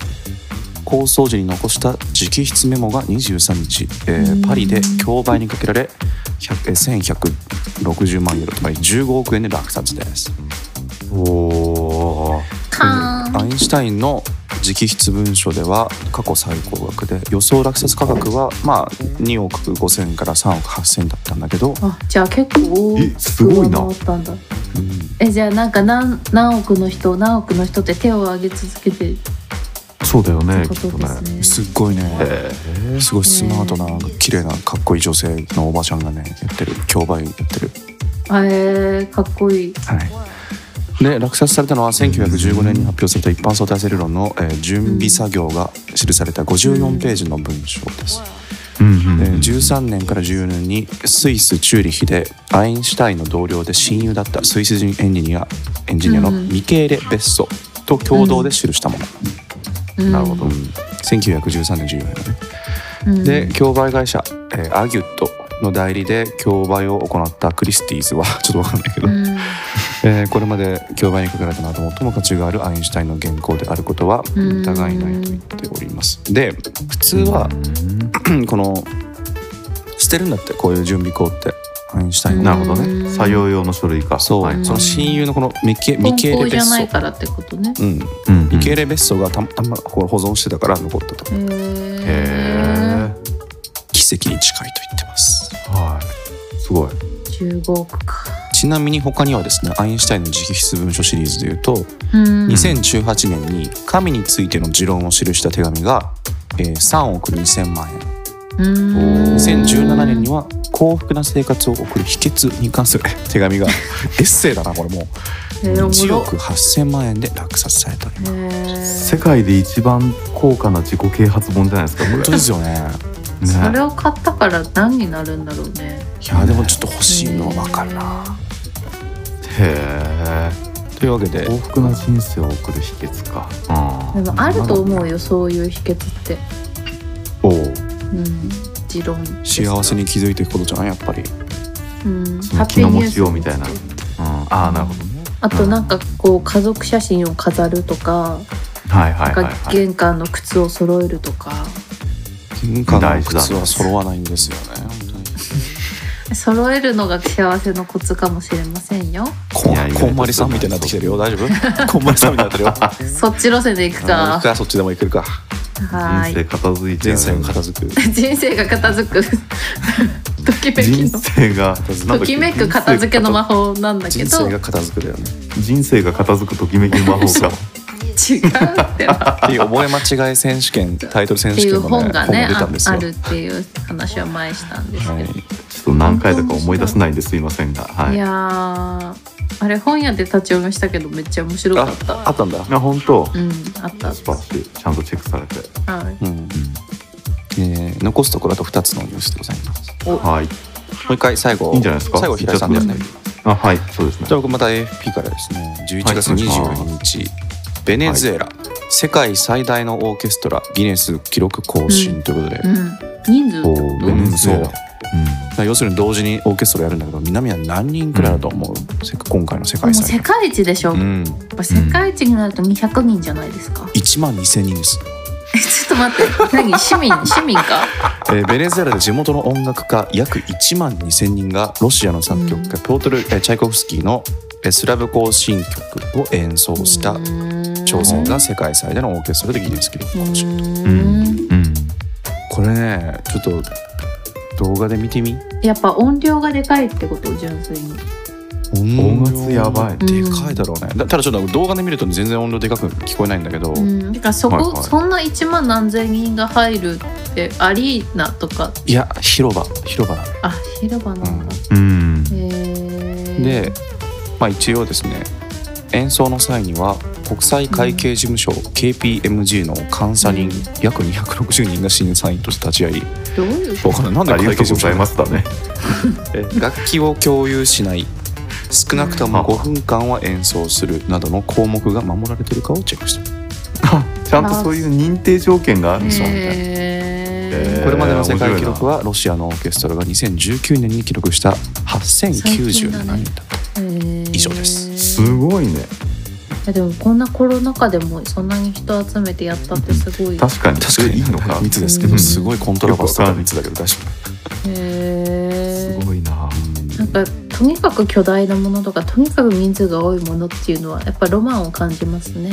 Speaker 2: 構想時に残した直筆メモが23日、えー
Speaker 3: うん
Speaker 2: パリで競売にかけられ100えー1160万ユーロつまり15億円で落札です。
Speaker 4: おー
Speaker 3: カーン
Speaker 2: アインシュタインの直筆文書では過去最高額で予想落札価格はまあ2億5000から3億8000だったんだけど、
Speaker 3: あじゃあ結構
Speaker 4: えすごいな
Speaker 3: 上回ったんだえじゃあなんか何何億の人何億の人って手を挙げ続けてるって
Speaker 4: そうだよね
Speaker 3: こ
Speaker 4: きっと
Speaker 3: と
Speaker 4: ね
Speaker 3: ですね
Speaker 2: すっごいね。
Speaker 4: へえ
Speaker 2: すごいスマートな、なんか綺麗な、かっこいい女性のおばちゃんがね、やってる、競売やってる。
Speaker 3: あえー、かっこいい
Speaker 2: はい。で、落札されたのは1915年に発表された一般相対性理論の、えー準備作業が記された54ページの文章です。
Speaker 4: うんうん
Speaker 2: えー13年から14年にスイス・チューリヒでアインシュタインの同僚で親友だったスイス人エンジニアエンジニアの
Speaker 3: うん
Speaker 2: ミケーレ・ベッソと共同で記したもの、
Speaker 3: うん
Speaker 4: なるほど
Speaker 2: 1913年14年だね
Speaker 3: うん
Speaker 2: で競売会社、えーアギュットの代理で競売を行ったクリスティーズは *laughs* ちょっと分かんないけど、
Speaker 3: うん
Speaker 2: えーこれまで競売にかけられたなど最も価値があるアインシュタインの原稿であることは
Speaker 3: うん
Speaker 2: 疑いないと言っております。で普通は、 *clears throat* この捨てるんだってこういう準備校ってアインシュタイン
Speaker 4: な
Speaker 2: の。
Speaker 4: るほど
Speaker 3: う
Speaker 4: ね
Speaker 3: ん
Speaker 4: 作業用の書類か
Speaker 2: そう、
Speaker 4: はい
Speaker 2: その親友のこのミケミ
Speaker 3: 本
Speaker 2: ケーレ・
Speaker 3: 校
Speaker 2: ベ
Speaker 3: じ
Speaker 2: ッ
Speaker 3: ゃな
Speaker 2: ソ
Speaker 3: い、からってことね
Speaker 2: うん、
Speaker 4: うんうん
Speaker 2: ミケーレ・ベッソがたたま保存してたから残ったと
Speaker 3: へ
Speaker 4: へえ
Speaker 3: え
Speaker 2: 奇跡に近いと言ってます。
Speaker 4: はいすごい
Speaker 3: 15億か
Speaker 2: ちなみに他にはですねアインシュタインの直筆文書シリーズでいうと
Speaker 3: うん
Speaker 2: 2018年に神についての持論を記した手紙が、えー3億2000万円
Speaker 3: うん
Speaker 2: 2017年には幸福な生活を送る秘訣に関する手紙
Speaker 3: *laughs*
Speaker 2: がエッセイだなこれも
Speaker 3: え
Speaker 2: う
Speaker 3: ーおも
Speaker 2: 1
Speaker 3: ろ
Speaker 2: 億8000万円で落札された
Speaker 3: へ
Speaker 4: 世
Speaker 3: ー
Speaker 4: 界で一番高価な自己啓発本じゃないですかこれ
Speaker 2: 本当ですよ
Speaker 3: *laughs*
Speaker 2: ね
Speaker 3: それ
Speaker 4: ね
Speaker 3: を買ったから何になるんだろうね
Speaker 2: いやでもちょっと欲しいのは分かるな
Speaker 4: へえ
Speaker 2: というわけで
Speaker 4: 幸福な人生を送る秘訣か
Speaker 3: でもあると思う
Speaker 4: よ
Speaker 3: よそういう秘訣って
Speaker 4: おう
Speaker 3: うん持論
Speaker 2: 幸せに気づいていくことじゃないやっぱり
Speaker 3: うん
Speaker 4: その気の持ちようみたいな、うん、ああなるほどね
Speaker 3: あとなんかこう家族写真を飾るとか
Speaker 4: はいは
Speaker 3: ないん
Speaker 4: はい
Speaker 3: か
Speaker 4: はい
Speaker 3: 玄関の靴を揃えるとか
Speaker 2: 玄関の靴は揃わないんですよね本当に
Speaker 3: 揃えるのが幸せのコツかもしれませんよ
Speaker 2: こ
Speaker 4: いや意
Speaker 2: ん
Speaker 4: 外と
Speaker 2: こんまりさんみたいになってきてるよ大丈夫 *laughs* こんまりさんみたいになってるよ
Speaker 3: そっち路線で行く
Speaker 2: あ
Speaker 3: か
Speaker 2: ーじゃあそっちでもいけるか
Speaker 3: は
Speaker 4: 人
Speaker 3: ー
Speaker 4: 生
Speaker 3: い
Speaker 4: 片付いて
Speaker 2: 前菜が片付く
Speaker 3: 人生が片付くときめき
Speaker 4: 人
Speaker 3: の
Speaker 4: 生が
Speaker 3: ときめく片付けの魔
Speaker 4: 法
Speaker 3: 法なんだ
Speaker 2: 人
Speaker 3: け
Speaker 2: 生
Speaker 3: ど違う
Speaker 2: が片付くだよね
Speaker 4: 人生が片付くときめきの
Speaker 3: *laughs*
Speaker 4: 魔法か
Speaker 3: ってば
Speaker 2: っていう覚え間違い選手権タイトル選
Speaker 3: って
Speaker 2: 手
Speaker 3: い
Speaker 2: 権
Speaker 3: う
Speaker 2: の、ね、
Speaker 3: 本がね
Speaker 2: 出た
Speaker 3: あ
Speaker 2: んですよ
Speaker 3: あるっていう話は前したんです
Speaker 2: は
Speaker 3: け
Speaker 2: い
Speaker 3: ど、、
Speaker 4: ちょっと何回だか思い出せないんですいませんがはいい
Speaker 3: やーあれ本屋で立ち読みしたけどめっちゃ面白かっ
Speaker 2: ああ
Speaker 3: た
Speaker 2: ったんだ
Speaker 4: あ本当
Speaker 3: うんあったあっ
Speaker 4: 素晴らしいちゃんとチェックされて
Speaker 3: たはい
Speaker 2: うんえー残すところあと2つのニュースでございます
Speaker 4: はい
Speaker 2: もう一回最後
Speaker 4: いいんじゃないですか
Speaker 2: 最後平井さんですね
Speaker 4: 言っちゃってあはいそうですね
Speaker 2: じゃあ僕また AFP からですね11月
Speaker 4: はいお願いします
Speaker 2: 22日、ベネズエラ、世界最大のオーケストラギネス記録更新ということで、
Speaker 3: うん人数
Speaker 4: おーベネズエラ
Speaker 2: うんそうから要するに同時にオーケストラやるんだけど南は何人くらいだと思う、せ今回の世
Speaker 3: もう
Speaker 2: 界
Speaker 3: 世
Speaker 2: 祭
Speaker 3: 界一でしょ、
Speaker 2: う
Speaker 3: やっ
Speaker 2: ん
Speaker 3: ぱ世界一になると200人じゃないですか、 *laughs*
Speaker 2: 1万2000人です、
Speaker 3: えちょっと待って何市民市民か
Speaker 2: えーベネズエラで地元の音楽家約1万2000人がロシアの作曲家、ピョートル・えーチャイコフスキーのえースラブ行進曲を演奏した挑戦が世界祭でのオーケストラでギネス記録
Speaker 3: うーん
Speaker 4: うん
Speaker 2: これねちょっと動画で見てみ
Speaker 3: やっぱ音量がでかいってこと純粋に
Speaker 4: 音圧やばい
Speaker 2: でかいだろうねだただちょっと動画で見ると全然音量でかく聞こえないんだけど、
Speaker 3: うん、だからそこ、
Speaker 4: はいはい
Speaker 3: そんな1万何千人が入るってアリーナとか
Speaker 2: いや広場広場だね
Speaker 3: あ広場なんだ、
Speaker 4: うん
Speaker 3: へえ
Speaker 2: で、まあ、一応ですね演奏の際には国際会計事務所 KPMG の監査人
Speaker 3: うん
Speaker 2: 約260人が審査員として立ち会い
Speaker 3: どういうこ
Speaker 2: わかんないなんで
Speaker 4: ありが
Speaker 2: 会
Speaker 4: と
Speaker 2: 計事
Speaker 4: うご
Speaker 2: 務所
Speaker 4: ざいますだね。
Speaker 2: 楽器を共有しない少なくとも
Speaker 4: うん
Speaker 2: 5分間は演奏するなどの項目が守られてるかをチェックしてる
Speaker 4: ちゃんとそういう認定条件がある
Speaker 3: と
Speaker 4: ん
Speaker 3: へ
Speaker 4: だ。
Speaker 3: え
Speaker 4: へー
Speaker 2: これまでの世界記録はロシアのオーケストラが2019年に記録した8097人だ
Speaker 3: 最近
Speaker 2: 以上です
Speaker 4: すごいね。
Speaker 3: いやでもこんなコロナ禍でもそんなに人集めてやったってすごい
Speaker 4: 確かに。
Speaker 2: 確かに
Speaker 4: いいのか。
Speaker 2: 密ですけど、
Speaker 3: うん
Speaker 2: すごいコントラバスとか密だけど大丈夫
Speaker 3: へえ
Speaker 4: すごいな。
Speaker 3: なんかとにかく巨大なものとかとにかく人数が多いものっていうのはやっぱロマンを感じますね、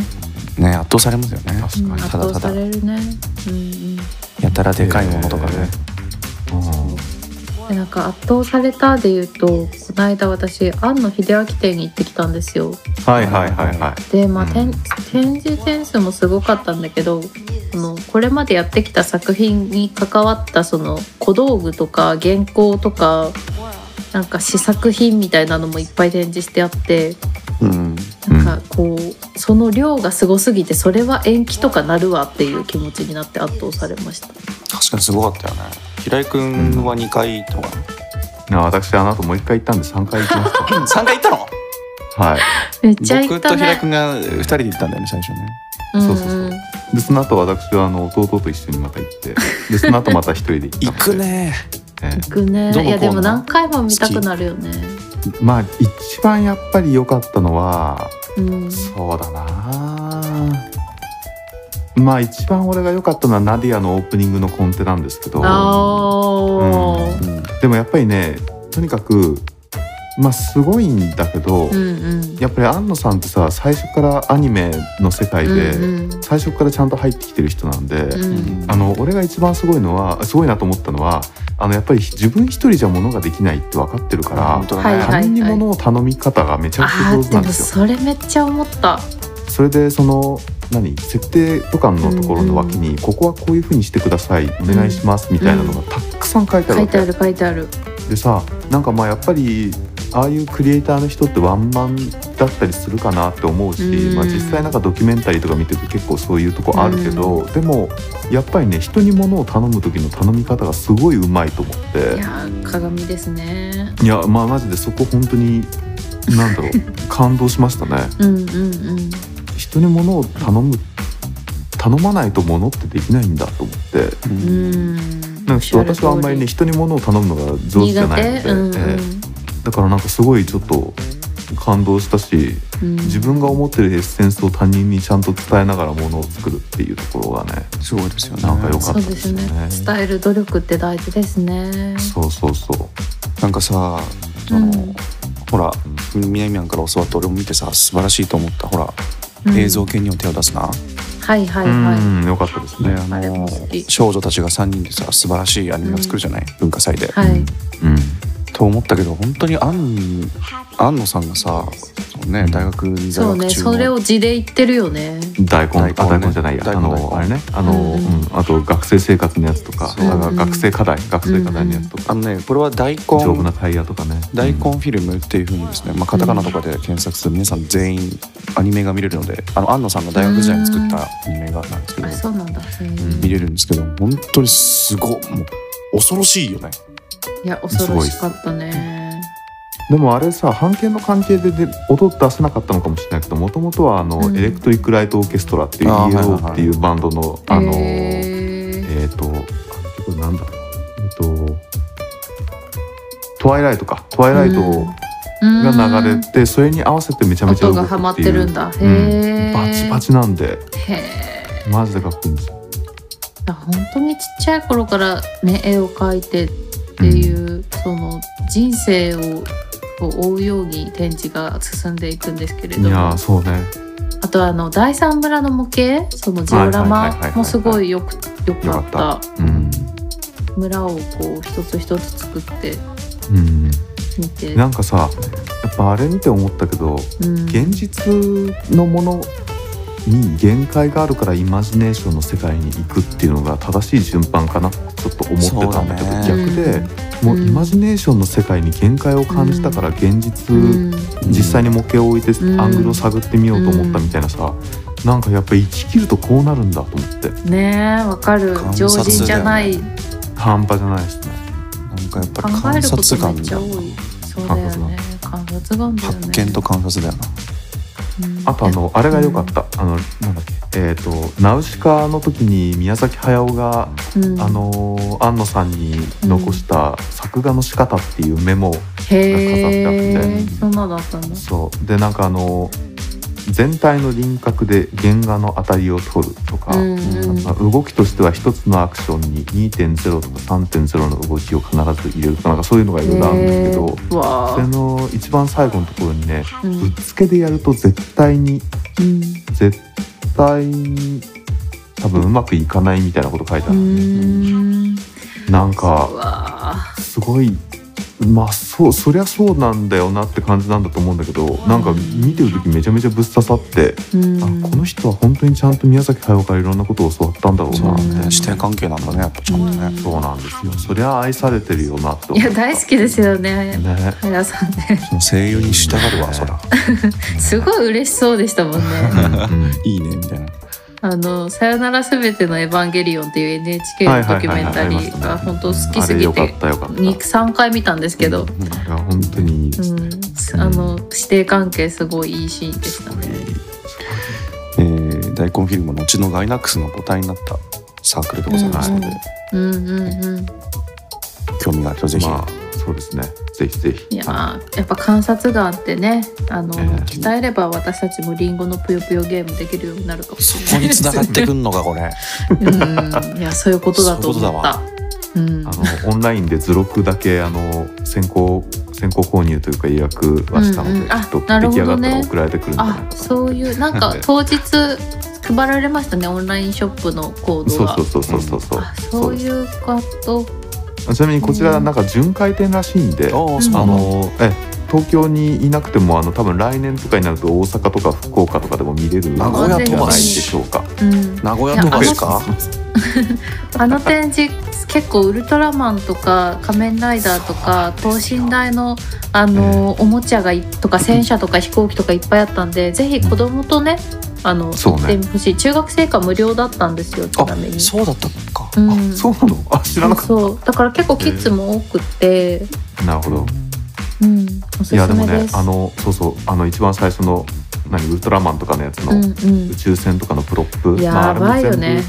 Speaker 2: ね圧倒されますよね
Speaker 4: 確
Speaker 3: うん、
Speaker 4: かに
Speaker 3: 圧
Speaker 2: ただ
Speaker 3: 倒
Speaker 2: ただ
Speaker 3: されるねうんうん
Speaker 2: やたらでかいものとかね、
Speaker 3: でなんか圧倒されたで言うとこの間私庵野秀明店に行ってきたんですよ
Speaker 4: はいはいはいはい。
Speaker 3: でまあ、てん
Speaker 4: うん
Speaker 3: 展示点数もすごかったんだけどそのこれまでやってきた作品に関わったその小道具とか原稿とかなんか試作品みたいなのもいっぱい展示してあって
Speaker 2: うん
Speaker 3: なんかこう、その量がすごすぎてそれは延期とかなるわっていう気持ちになって圧倒されました。
Speaker 2: 確かにすごかったよね平井君は2回とか、
Speaker 4: な私あの後もう一回行ったんで三回行きま *laughs* した。
Speaker 2: 3回行ったの
Speaker 4: はい。
Speaker 3: めっちゃ行
Speaker 2: 僕
Speaker 3: った
Speaker 2: と平井
Speaker 3: ね。
Speaker 2: 君が2人で行ったんだよね最初ね
Speaker 3: うん
Speaker 4: そうそうそうでその後私はあの弟と一緒にまた行って、でその後また一人で行ったので。
Speaker 2: ね
Speaker 4: ええ。
Speaker 3: 行くね。
Speaker 2: どのコーナー
Speaker 3: いやでも何回も見たくなるよね。
Speaker 4: まあ一番やっぱり良かったのは
Speaker 3: うん。
Speaker 4: そうだな。まあ一番俺が良かったのはナディアのオープニングのコンテなんですけど。
Speaker 3: ああ。
Speaker 2: うん
Speaker 4: でもやっぱりねとにかくまあすごいんだけど、
Speaker 3: うんうん。
Speaker 4: やっぱり庵野さんってさ最初からアニメの世界で、
Speaker 3: うんうん
Speaker 4: 最初からちゃんと入ってきてる人なんで、
Speaker 3: うん
Speaker 4: あの俺が一番すごいのはすごいなと思ったのはあのやっぱり自分一人じゃ物ができないって分かってるか
Speaker 2: 本
Speaker 4: ら。
Speaker 2: 当だね、
Speaker 3: はいはい
Speaker 4: 他人に物を頼み方がめちゃくちゃ
Speaker 3: あ
Speaker 4: 上手
Speaker 3: ー
Speaker 4: な
Speaker 3: で
Speaker 4: ん
Speaker 3: も
Speaker 4: ですよ。
Speaker 3: それめっちゃ思った。
Speaker 4: それでその何設定とかのところの脇に、ここはこういう風にしてくださいお願いしますみたいなのがたくさん書いてある
Speaker 3: 書
Speaker 4: わ
Speaker 3: い
Speaker 4: け
Speaker 3: てあ。る書いてある。
Speaker 4: でさなんかまあやっぱりああいうクリエイターの人ってワンマンだったりするかなって思うし、
Speaker 3: うん
Speaker 4: まあ、実際なんかドキュメンタリーとか見てると結構そういうとこあるけど、でもやっぱりね人に物を頼む時の頼み方がすごいうまいと思っ
Speaker 3: い
Speaker 4: て
Speaker 3: やー鏡ですね。
Speaker 4: いやまあマジでそこ本当になん
Speaker 3: *laughs*
Speaker 4: だろう感動しましたね。
Speaker 3: うんうんうん。
Speaker 4: 人に物を頼む頼まないと物ってできないんだと思って
Speaker 2: う
Speaker 3: うんん。
Speaker 4: なんか私はあんまりね人に物を頼むのが上手じゃないので、
Speaker 3: 苦手。うんうん
Speaker 4: ええだからなんかすごいちょっと感動したし
Speaker 3: うん。
Speaker 4: 自分が思ってるエッセンスを他人にちゃんと伝えながらものを作るっていうところがね
Speaker 2: すごいですよね
Speaker 4: なんか良か
Speaker 3: そ
Speaker 4: っ
Speaker 3: う
Speaker 4: たで
Speaker 3: ですす
Speaker 4: よ
Speaker 3: ね
Speaker 4: ね。
Speaker 3: 伝える努力って大事ですね。
Speaker 4: そうそうそう
Speaker 2: なんかさその、
Speaker 3: うん
Speaker 2: ほら南アンから教わって俺も見てさ素晴らしいと思ったほら、
Speaker 3: うん
Speaker 2: 映像系にも手を出すな、
Speaker 3: はいはいうは
Speaker 4: ん良かったです
Speaker 2: で
Speaker 4: ね
Speaker 2: あ
Speaker 3: あれも
Speaker 2: の
Speaker 3: 好き
Speaker 2: 少女たちが3人でさ素晴らしいアニメを作るじゃない、文化祭で、
Speaker 3: い。はい。
Speaker 4: うん
Speaker 2: と思ったけど本当にアン安野さんがさ、そうね、大学に在
Speaker 3: そう
Speaker 2: 学
Speaker 3: ね。
Speaker 2: 中
Speaker 3: そ
Speaker 2: の
Speaker 3: れを字で言ってるよね。
Speaker 4: 大根
Speaker 2: 大根ね
Speaker 4: あ大根じゃないや
Speaker 2: 大
Speaker 4: あ
Speaker 2: 根大
Speaker 4: の
Speaker 2: 根
Speaker 4: あれねあの
Speaker 3: うん
Speaker 4: うんあと学生生活のやつとか
Speaker 2: そう
Speaker 4: あ
Speaker 3: うん
Speaker 4: 学生課題学生課題のやつとか
Speaker 2: あのねこれは大根
Speaker 4: 丈夫なタイヤとかね
Speaker 2: 大根フィルムっていうふうにですね、まあ、カタカナとかで検索すると皆さん全員アニメが見れるのであの安野さんが大学時代に作ったアニメがなんですけど
Speaker 3: あ、そうなんだ。へ
Speaker 4: ん
Speaker 3: ー
Speaker 2: 見れるんですけど本当にすごいもう恐ろしいよね
Speaker 3: いや恐ろしかったね。
Speaker 4: でもあれさ版権の関係でで音出せなかったのかもしれないけどもともとはあの、
Speaker 3: うん
Speaker 4: エレクトリック・ライト・オーケストラっていう
Speaker 2: あーはいはい
Speaker 4: ELO
Speaker 2: はい
Speaker 4: っていうバンドのあの
Speaker 3: へー
Speaker 4: えっ、と結構なんだえっ、とトワイライトかトワイライトが流れて、それに合わせてめちゃめちゃ
Speaker 3: 音
Speaker 4: 動く
Speaker 3: が
Speaker 4: っ
Speaker 3: ハマってて
Speaker 4: い
Speaker 3: る
Speaker 4: うん
Speaker 3: だ。へ
Speaker 4: うん
Speaker 3: え。
Speaker 4: バチバチなんで
Speaker 3: へえ。
Speaker 4: マジでかっこいいんですよ
Speaker 3: 本当にちっちゃい頃からね絵を描いてっていう、その人生をを追うように展示が進んでいくんですけれ
Speaker 4: い
Speaker 3: ど
Speaker 4: やー
Speaker 3: も
Speaker 4: そうね
Speaker 3: あとあの第三村の模型そのジオラ
Speaker 4: はいはいはいはいは
Speaker 3: マ
Speaker 4: い
Speaker 3: もすごいよくよか
Speaker 4: よ
Speaker 3: っ
Speaker 4: か
Speaker 3: た
Speaker 4: うん、
Speaker 3: 村をこう一つ一つ作って
Speaker 4: うん、
Speaker 3: みて、
Speaker 4: なんかさやっぱあれ見て思ったけど
Speaker 3: うん、
Speaker 4: 現実のものに限界があるからイマジネーションの世界に行くっていうのが正しい順番かなってちょっと思ってたんだけど
Speaker 2: そうだね
Speaker 4: 逆でもううんイマジネーションの世界に限界を感じたから現実、
Speaker 3: うん
Speaker 4: 実際に模型を置いて
Speaker 3: うん
Speaker 4: アングルを探ってみようと思ったみたいなさ、なんかやっぱ生き切るとこうなるんだと思って
Speaker 3: ねえわかる
Speaker 2: 観
Speaker 3: 常
Speaker 2: 察だよね
Speaker 3: 人じゃない、
Speaker 4: 半端じゃないですね
Speaker 2: なんかやっぱ
Speaker 3: 考
Speaker 2: り
Speaker 3: え
Speaker 2: 観
Speaker 3: ること
Speaker 2: 察
Speaker 3: め
Speaker 2: 眼
Speaker 3: っち
Speaker 2: だ
Speaker 3: ゃ多
Speaker 2: よない
Speaker 3: そうだよね観察眼だよね
Speaker 2: 発見と観察だよな
Speaker 3: うん
Speaker 4: あとあのあれが良かった、あのなんだっけえっ、とナウシカの時に宮崎駿が
Speaker 3: うん
Speaker 4: あのー庵野さんに残した作画の仕方っていうメモを、飾ってあ
Speaker 3: へえ
Speaker 4: って
Speaker 3: そんなのあったんだ
Speaker 4: そうでなんかあのー全体の輪郭で原画の当たりを取るとか、
Speaker 3: うんうん
Speaker 4: まあ動きとしては1つのアクションに2.0とか3.0の動きを必ず入れるとかなんかそういうのがいろいろあるんですけど
Speaker 3: へ。ーわ
Speaker 4: それの一番最後のところにね
Speaker 3: ーうん
Speaker 4: ぶっつけでやると絶対に絶対に多分うまくいかないみたいなこと書いてあ
Speaker 3: う
Speaker 4: る、
Speaker 3: ん
Speaker 4: なんか
Speaker 3: うわ
Speaker 4: すごいまあそうそりゃそうなんだよなって感じなんだと思うんだけどなんか見てる時めちゃめちゃぶっ刺さって、
Speaker 3: ーうん
Speaker 4: あこの人は本当にちゃんと宮崎駿からいろんなことを教わったんだろう
Speaker 2: そう
Speaker 4: な
Speaker 2: な
Speaker 4: って、
Speaker 2: んだよ視点関係なんだねやっぱちゃんとね
Speaker 4: そうなんですよそりゃ愛されてるよなと
Speaker 3: いや大好きですよね
Speaker 4: ね
Speaker 3: 早さ
Speaker 4: *laughs*
Speaker 3: んね
Speaker 2: その声優に従うわそら
Speaker 3: すごい嬉しそうでしたもんね
Speaker 4: うんうん
Speaker 2: いいねみたいな
Speaker 3: あの「さよならすべてのエヴァンゲリオン」っていう NHK
Speaker 4: はい
Speaker 3: の
Speaker 4: はい
Speaker 3: ド
Speaker 4: はいは
Speaker 3: キュ
Speaker 4: い
Speaker 3: メンタリーが本当好き
Speaker 4: あ
Speaker 3: す
Speaker 4: れ
Speaker 3: ぎ
Speaker 4: よかってたよかったあ
Speaker 3: 3回見たんですけど、
Speaker 2: うん
Speaker 4: れは本当にいいで
Speaker 3: う
Speaker 4: すね、
Speaker 3: ん、あの指定関係すごいいいシーンでし
Speaker 4: す
Speaker 3: た
Speaker 4: ごい
Speaker 3: ね。
Speaker 2: えー大根フィルムの後のガイナックスの母体になったサークルでございますので、
Speaker 3: うんうんうん、
Speaker 2: 興味がある人ぜひ、
Speaker 4: まあそうですねぜひぜひ
Speaker 3: いやーやっぱ観察眼ってねあの、
Speaker 4: ええ
Speaker 3: 鍛えれば私たちもリンゴのぷよぷよゲームできるようになるかもし
Speaker 2: そ
Speaker 3: れ
Speaker 2: こ
Speaker 3: ない
Speaker 2: に
Speaker 3: です
Speaker 2: 繋
Speaker 3: ね
Speaker 2: がってくんのかこれ
Speaker 3: うんいやそういうことだと思った。う
Speaker 4: あ
Speaker 3: ん
Speaker 4: のオンラインで図録だけあの先行先行購入というか予約はしたので、
Speaker 3: うんうんあ
Speaker 4: きっと
Speaker 3: な
Speaker 4: 出
Speaker 3: る
Speaker 4: 来
Speaker 3: ほ
Speaker 4: 上が
Speaker 3: ど
Speaker 4: っ
Speaker 3: ね
Speaker 4: たら送られてくるんじゃないか
Speaker 3: あ
Speaker 4: な
Speaker 3: そういうなんか当日配られましたねオンラインショップのコード
Speaker 4: そう
Speaker 3: が
Speaker 4: そうそうそうそうそう
Speaker 3: あそう
Speaker 4: で
Speaker 3: いうこと
Speaker 4: すちなみにこちらなんか巡回展らしいんで、
Speaker 2: おー
Speaker 3: うん
Speaker 4: あ
Speaker 2: あの
Speaker 4: のえ東京にいなくてもあの多分来年とかになると大阪とか福岡とかでも見れるんじゃ
Speaker 2: 名
Speaker 4: な
Speaker 2: 古
Speaker 4: い
Speaker 2: 屋
Speaker 4: で
Speaker 2: 飛ば
Speaker 4: し
Speaker 2: し
Speaker 4: ょうか
Speaker 3: うん
Speaker 2: 名古屋飛ばしか
Speaker 3: あの展示結構ウルトラマンとか仮面ライダーとか等身大のあの、おもちゃがいとか戦車とか飛行機とかいっぱいあったんでぜひ子供とねあの
Speaker 4: そうね
Speaker 3: 行ってほしい中学生以下無料だったんですよちなみ
Speaker 2: あ
Speaker 3: に。
Speaker 2: そうだったのか、
Speaker 3: うん
Speaker 4: あそうなのあ知らなかっ
Speaker 3: そうだから結構キッズも多くて、
Speaker 4: たなるほど
Speaker 3: うん、おすす
Speaker 4: い
Speaker 3: め
Speaker 4: やでもね
Speaker 3: です。
Speaker 4: あのそうそうあの一番最初の何ウルトラマンとかのやつの、
Speaker 3: うんうん
Speaker 4: 宇、宙船とかのプロップ
Speaker 3: やばいよね。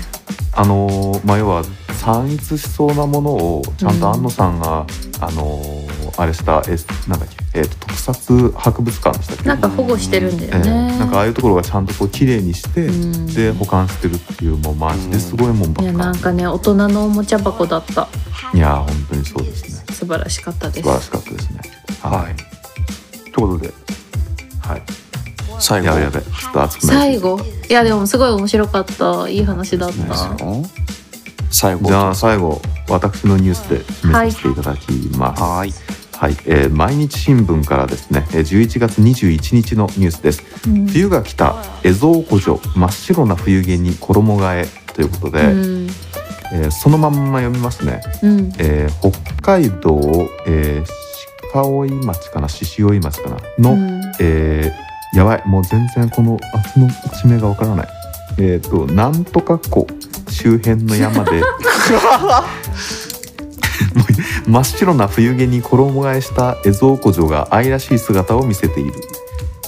Speaker 4: あのーまあ、要は散逸しそうなものをちゃんと安野さんが、あのーあれした、えなんだっけ、えーと特撮博物館でしたっけ
Speaker 3: なんか保護してるんだ
Speaker 4: え
Speaker 3: よ
Speaker 4: ー
Speaker 3: ね。
Speaker 4: なんかああいうところがちゃんとこう綺麗にして、
Speaker 3: うん
Speaker 4: で保管してるっていうもうマジですごいもんば
Speaker 3: いや
Speaker 4: っ
Speaker 3: な
Speaker 4: か
Speaker 3: んかね大人のおもちゃ箱だった
Speaker 4: りいやー本当にそうですね
Speaker 3: 素晴らしかった
Speaker 4: 素
Speaker 3: です
Speaker 4: 晴らしかったですね
Speaker 2: はい
Speaker 4: ということではい
Speaker 2: 最後
Speaker 4: やべやべちょっと熱くなり
Speaker 3: 最
Speaker 4: そう
Speaker 3: 後いやでもすごい面白かったいい話だっ
Speaker 4: そうです
Speaker 3: た
Speaker 2: 最後
Speaker 4: じゃあ最後私のニュースで締めさせていただきます、
Speaker 2: はーい
Speaker 4: はい、えー毎日新聞からですね、えー11月21日のニュースです。
Speaker 3: うん
Speaker 4: 冬が来たエゾウコジョ真っ白な冬毛に衣替えということで、
Speaker 3: うん
Speaker 4: えーそのまんま読みますね。
Speaker 3: うん
Speaker 4: えー北海道、えー、鹿追町かな、獅子追町かなの、
Speaker 3: うん
Speaker 4: えーやばい、もう全然この厚の地名がわからない。えっ、と、なんとか湖周辺の山で。も *laughs* う真っ白な冬毛に衣替えしたエゾウコジョが愛らしい姿を見せている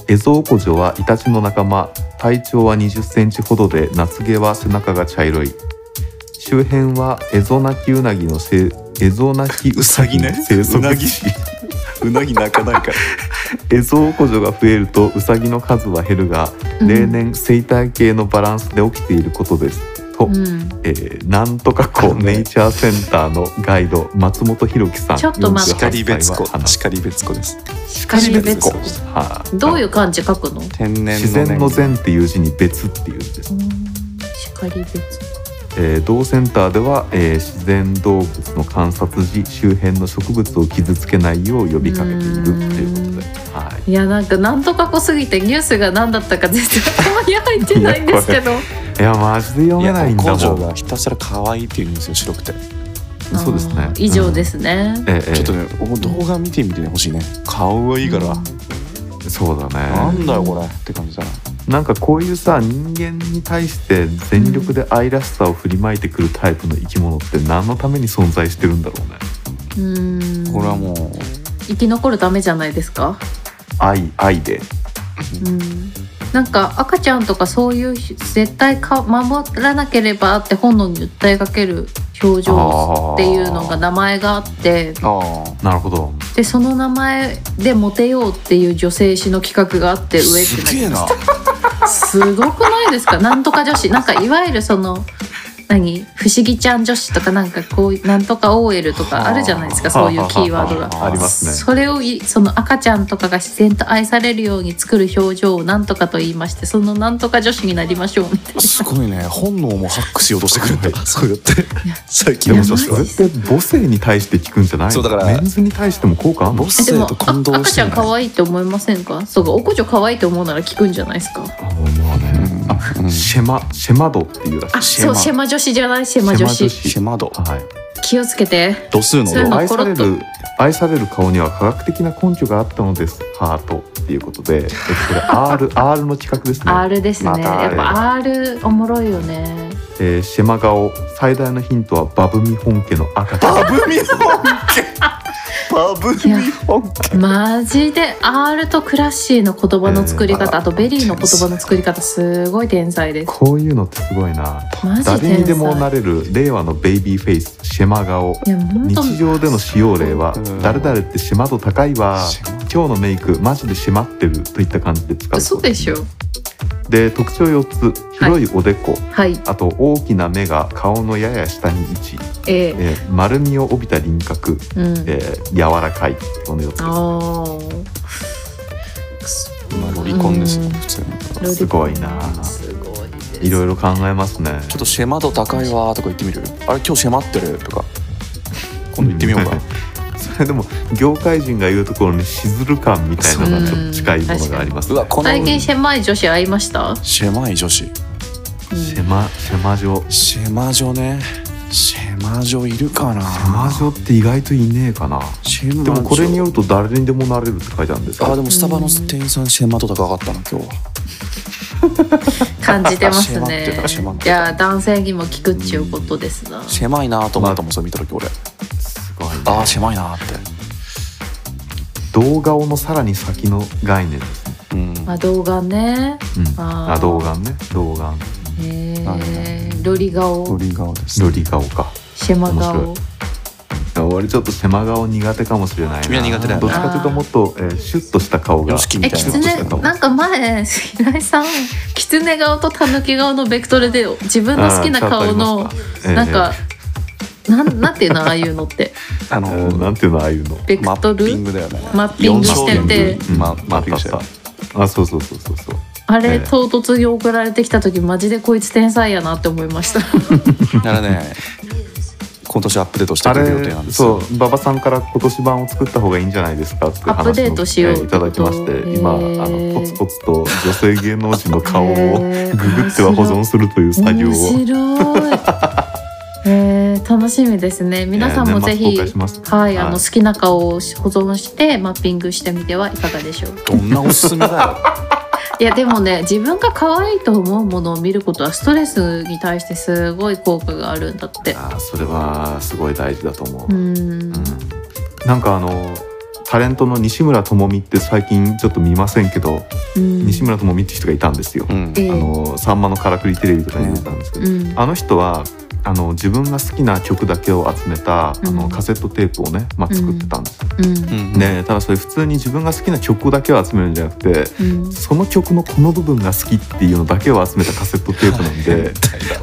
Speaker 4: エゾウコジョはイタチの仲間体長は2 0センチほどで夏毛は背中が茶色い
Speaker 2: *laughs*
Speaker 4: 周辺はエゾナキウナギのせエゾナキウサギの生息地うなぎ泣かないからエゾオコジョが増えるとウサギの数は減るが
Speaker 3: うん
Speaker 4: 例年生態系のバランスで起きていることですと、
Speaker 3: うん、
Speaker 4: えーなんとかこうネイチャーセンターのガイド松本弘樹さん
Speaker 3: ちょっと待っ
Speaker 4: 48
Speaker 3: て
Speaker 2: 叱り別子
Speaker 4: 歳は話す
Speaker 2: 叱り別子です
Speaker 3: しかし
Speaker 2: しかし別
Speaker 3: 別
Speaker 2: 個
Speaker 4: はい
Speaker 3: どういう漢字書くの、う
Speaker 2: 天然の
Speaker 4: 自然の
Speaker 2: 年
Speaker 4: 善っていう字に別っていうんです
Speaker 3: ん、しかり別
Speaker 4: えー同センターでは、えー自然動物の観察時周辺の植物を傷つけないよう呼びかけているということで、はい
Speaker 3: やなんかなんとか濃すぎてニュースが何だったか全然頭に入ってないんですけど
Speaker 4: い、いやマジで読
Speaker 2: い
Speaker 4: めない
Speaker 2: や
Speaker 4: んだ
Speaker 2: 工
Speaker 4: も
Speaker 2: 場
Speaker 4: ん
Speaker 2: がひたすら可愛いっていうニュースを白くて、
Speaker 3: うん
Speaker 4: そうですね
Speaker 3: 以上ですね、
Speaker 4: うんえーえー
Speaker 2: ちょっとねお動画見てみてほしいね可愛いから、
Speaker 4: そうだ
Speaker 2: な
Speaker 4: ね
Speaker 2: んだよこれって感じだな
Speaker 4: なんかこういうさ人間に対して全力で愛らしさを振りまいてくるタイプの生き物って何のために存在してるんだろうね
Speaker 3: うん
Speaker 2: これはもう
Speaker 3: 生き残るためじゃないですか、
Speaker 4: 愛愛で
Speaker 3: うん、なんか赤ちゃんとかそういう絶対か守らなければって本能に訴えかける表情
Speaker 4: あー
Speaker 3: っていうのが名前があって
Speaker 2: ああ
Speaker 4: なるほど
Speaker 3: でその名前でモテようっていう女性誌の企画があって上って
Speaker 2: すげえな
Speaker 3: すごくないですかなんとか女子なんかいわゆるその何不思議ちゃん女子とかなんかこうなんとか OL とかあるじゃないですかそういうキーワードが。
Speaker 4: ありますね
Speaker 3: それをいその赤ちゃんとかが自然と愛されるように作る表情をなんとかと言いましてそのなんとか女子になりましょうみたい
Speaker 2: すごいね本能もハックしようとしてくるんだ *laughs* そうやって最
Speaker 4: で
Speaker 2: 近
Speaker 4: も
Speaker 2: の
Speaker 3: いや
Speaker 4: そ
Speaker 2: 女
Speaker 3: マ
Speaker 2: 子
Speaker 3: ジ
Speaker 2: は
Speaker 4: れって母性に対して聞くんじゃないの
Speaker 2: そうだから
Speaker 4: メンズに対しても効果あんの
Speaker 2: 母
Speaker 3: なで
Speaker 2: 性
Speaker 3: も
Speaker 2: と混
Speaker 3: あ
Speaker 2: 同
Speaker 3: 赤
Speaker 2: し
Speaker 3: ち
Speaker 2: て
Speaker 3: ゃ
Speaker 2: なんい
Speaker 3: 可愛いって思いませんかそうかお子ちょ可愛いと思うなら聞くんじゃないですか
Speaker 4: あもうね
Speaker 2: うん
Speaker 4: あ
Speaker 2: うん
Speaker 4: シェマシェマドっていうらしい
Speaker 3: あそうシェマ女子じゃないシェマ女子
Speaker 2: シェマド
Speaker 4: はい
Speaker 3: 気をつけて
Speaker 2: 度数の
Speaker 3: そういう
Speaker 2: 度
Speaker 3: の
Speaker 4: 愛され
Speaker 3: コロ
Speaker 4: る愛される顔には科学的な根拠があったのですハートっていうことでえっとこれ R, R の企画ですね、
Speaker 3: *laughs* R ですね、
Speaker 2: また
Speaker 3: やっぱ R おもろいよね
Speaker 4: えーシェマ顔最大のヒントはバブミ本家の赤ちゃん
Speaker 2: バブミ本家バブミ本家
Speaker 3: マジで R とクラッシーの言葉の作り方、
Speaker 4: えー
Speaker 3: あとベリーの言葉の作り方すごい天才です
Speaker 4: こういうのってすごいな
Speaker 3: マジ天才
Speaker 4: 誰にでもなれる令和のベイビーフェイスシェマ顔
Speaker 3: いや本当
Speaker 4: 日常での使用例は
Speaker 2: うん
Speaker 4: 「誰々ってシェマ度高いわ
Speaker 2: シェマ」
Speaker 4: 「今日のメイクマジで締まってる」といった感じで使う
Speaker 3: 嘘でしょ
Speaker 4: で特徴4つ広いおでこ、
Speaker 3: はい
Speaker 4: あと大きな目が顔のやや下に位置、
Speaker 3: えー、
Speaker 4: えー丸みを帯びた輪郭、
Speaker 3: うん、
Speaker 4: えー柔らかいこの4つ
Speaker 3: あーくそ
Speaker 2: まあロリコンですよ
Speaker 3: うん
Speaker 2: 普通にち
Speaker 3: ロリコン
Speaker 4: すごいな
Speaker 3: すごいです
Speaker 4: いろいろ考えますね
Speaker 2: ょっとシェマド高いわーとか言ってみるあれ今日シェマってるとか今度行ってみようか
Speaker 4: それでも業界人が言うところにしずる感みたいなのがちょっと近いものがあります
Speaker 2: う
Speaker 4: ね
Speaker 2: わこの
Speaker 3: 最近狭い女子会いました、
Speaker 2: 狭い女子
Speaker 4: シェマシェマ女
Speaker 2: シェマ女ねシェマ女いるかな
Speaker 4: シェマ女って意外といねえかな
Speaker 2: シェマ
Speaker 4: で
Speaker 2: 女
Speaker 4: もこれによると誰にでもなれるって書いてあるんです
Speaker 2: あ
Speaker 4: か
Speaker 2: でもスタバの店員さんシェマド高かったな今日は
Speaker 3: 感じてます
Speaker 2: あシ
Speaker 3: ね
Speaker 2: ェマってたシェマって
Speaker 3: いや男性にも聞くっちゅうことですな、
Speaker 2: 狭いなーと思ったもんそれ見た時俺
Speaker 4: すごいね
Speaker 2: あー狭いなーって
Speaker 4: 動画のさらに先の概念ですね、
Speaker 2: うん
Speaker 3: まあ動画ね
Speaker 4: うん、
Speaker 3: あー
Speaker 4: あ動画ね動画
Speaker 3: え
Speaker 2: なるほどね
Speaker 3: ー、ロリ顔
Speaker 2: リ顔です
Speaker 4: ロリ顔か
Speaker 3: シェマ
Speaker 4: 面
Speaker 3: 顔
Speaker 4: 俺ちょっと狭顔苦手かもしれないな
Speaker 2: 君は苦手だよね
Speaker 4: どっちかというともっと、えーシュッとした顔が
Speaker 2: よしきみ
Speaker 3: え、
Speaker 2: たい
Speaker 3: キ
Speaker 2: な
Speaker 3: ツネ、なんか *laughs* 前、平井さん、キツネ顔とタヌキ顔のベクトルで、自分の好きな顔の
Speaker 4: あー、
Speaker 3: なん、
Speaker 4: ちゃんとあ
Speaker 3: か、なん、なんていうの、ああいうのって、
Speaker 2: あ
Speaker 4: りますかえーえー
Speaker 2: の
Speaker 4: なんていうのああいうの
Speaker 3: ベク
Speaker 2: マ
Speaker 3: ト
Speaker 2: ッピン
Speaker 3: ル。
Speaker 2: グだよね
Speaker 3: マッピングして
Speaker 2: 四、少
Speaker 3: て
Speaker 2: 年まマッピングして
Speaker 4: あったあそうそうそうそうそう
Speaker 3: あ
Speaker 4: え
Speaker 3: れ
Speaker 4: え
Speaker 3: 唐突に送られてきた時、マジでこいつ天才やなって思いました。
Speaker 2: だからね今年アップデートして
Speaker 4: あ
Speaker 2: くれる予定なん
Speaker 4: れ
Speaker 2: ですよ
Speaker 4: そう馬場さんから今年版を作った方がいいんじゃないですかっていう
Speaker 3: アップ
Speaker 4: 話
Speaker 3: デー
Speaker 4: を
Speaker 3: トしよう
Speaker 4: えーいただきまし
Speaker 3: へ
Speaker 4: て
Speaker 3: ー
Speaker 4: 今あのポツポツと女性芸能人の顔をグ
Speaker 3: へー
Speaker 4: グっては保存するという作業を
Speaker 3: 面白い。えー、楽しみですね。皆さんもぜ
Speaker 4: えー年末公
Speaker 3: ひ。
Speaker 4: 開します
Speaker 3: はい、あの
Speaker 4: はい
Speaker 3: 好きな顔を保存してマッピングしてみてはいかがでしょうか
Speaker 2: どんなおすすめだよ
Speaker 3: いやでもね自分が可愛いと思うものを見ることはストレスに対してすごい効果があるんだって
Speaker 4: あーそれはすごい大事だと思う、
Speaker 3: う
Speaker 4: うん
Speaker 3: ん
Speaker 4: なんかあのタレントの西村智美って最近ちょっと見ませんけど、
Speaker 3: うん
Speaker 4: 西村智美って人がいたんですよ、
Speaker 2: うん
Speaker 3: ええ
Speaker 4: あのさんまのからくりテレビとかに出てたんですけど、
Speaker 3: うん
Speaker 4: あの人はあの自分が好きな曲だけを集めた、あ
Speaker 3: う
Speaker 4: の
Speaker 3: ん
Speaker 4: カセットテープをね、まあ、作ってたんです、
Speaker 3: うん
Speaker 2: ん
Speaker 4: ねただそれ普通に自分が好きな曲だけを集めるんじゃなくて
Speaker 3: うん
Speaker 4: その曲のこの部分が好きっていうのだけを集めたカセットテープなんで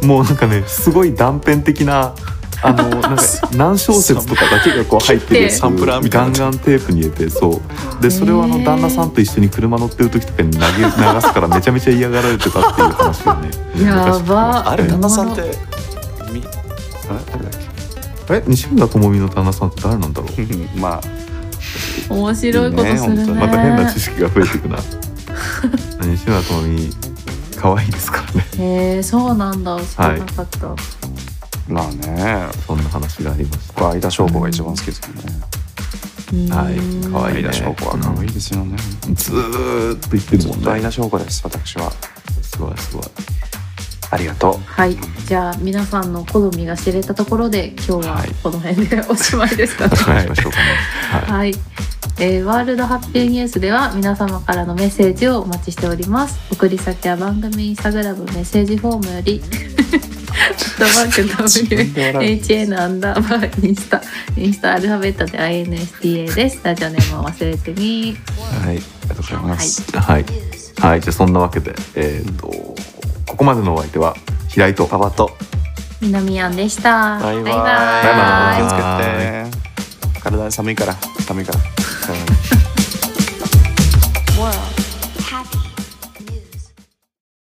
Speaker 4: もうなんかねすごい断片的なあ
Speaker 3: *laughs*
Speaker 4: のなんか何小節とかだけがこう入って
Speaker 3: 切っ
Speaker 4: る
Speaker 3: て
Speaker 2: サンプラーみたい
Speaker 4: ガ
Speaker 2: な
Speaker 4: ンガンテープに入れてそうでそれをあ
Speaker 3: へ
Speaker 4: の
Speaker 3: ー
Speaker 4: 旦那さんと一緒に車乗ってる時とかに投げ流すからめちゃめちゃ嫌がられてたっていう話をね
Speaker 3: やば
Speaker 2: あれ旦那さんってみあれ誰だっ
Speaker 4: え西村智美の旦那さんって誰なんだろう
Speaker 2: けまあ
Speaker 3: 面白いことするね
Speaker 2: いいね本当に
Speaker 4: また変な知識が増えていくな *laughs* 西村智美可愛いですからね
Speaker 3: へえそうなんだ知らなかった、
Speaker 2: まあね
Speaker 4: そんな話がありました
Speaker 2: 僕は相田翔子が一番好きですけどね
Speaker 3: うん
Speaker 4: はい可愛いね
Speaker 2: 相田翔子は可愛いですよね
Speaker 4: ずーっと言ってる
Speaker 2: ずっ
Speaker 4: も
Speaker 2: と
Speaker 4: ん
Speaker 2: 相
Speaker 4: ね
Speaker 2: 田翔子です私は
Speaker 4: すごいすごい
Speaker 2: ありがと
Speaker 3: はいじゃあ皆さんの好みが知れたところで今日はこの辺でおしまいですかね
Speaker 4: お願いしましょうかねはい
Speaker 3: はい、えーワールドハッピーニュースでは皆様からのメッセージをお待ちしております送り先は番組インスタグラムメッセージフォームよりドバック W
Speaker 2: う
Speaker 3: HN アンダーバーインスタインスタアルファベットで INSTA ですラジオネームを忘れてに
Speaker 4: は
Speaker 2: あ
Speaker 4: い
Speaker 2: りがとうございます
Speaker 4: はい、はい、じゃあそんなわけで、えー、とここまでのお相手は平井とパパと
Speaker 3: 南アンでした
Speaker 2: バイバイ
Speaker 3: バ
Speaker 4: バ
Speaker 3: イ
Speaker 4: イバイ
Speaker 2: 気をつけて体寒いから寒いから体に
Speaker 1: world.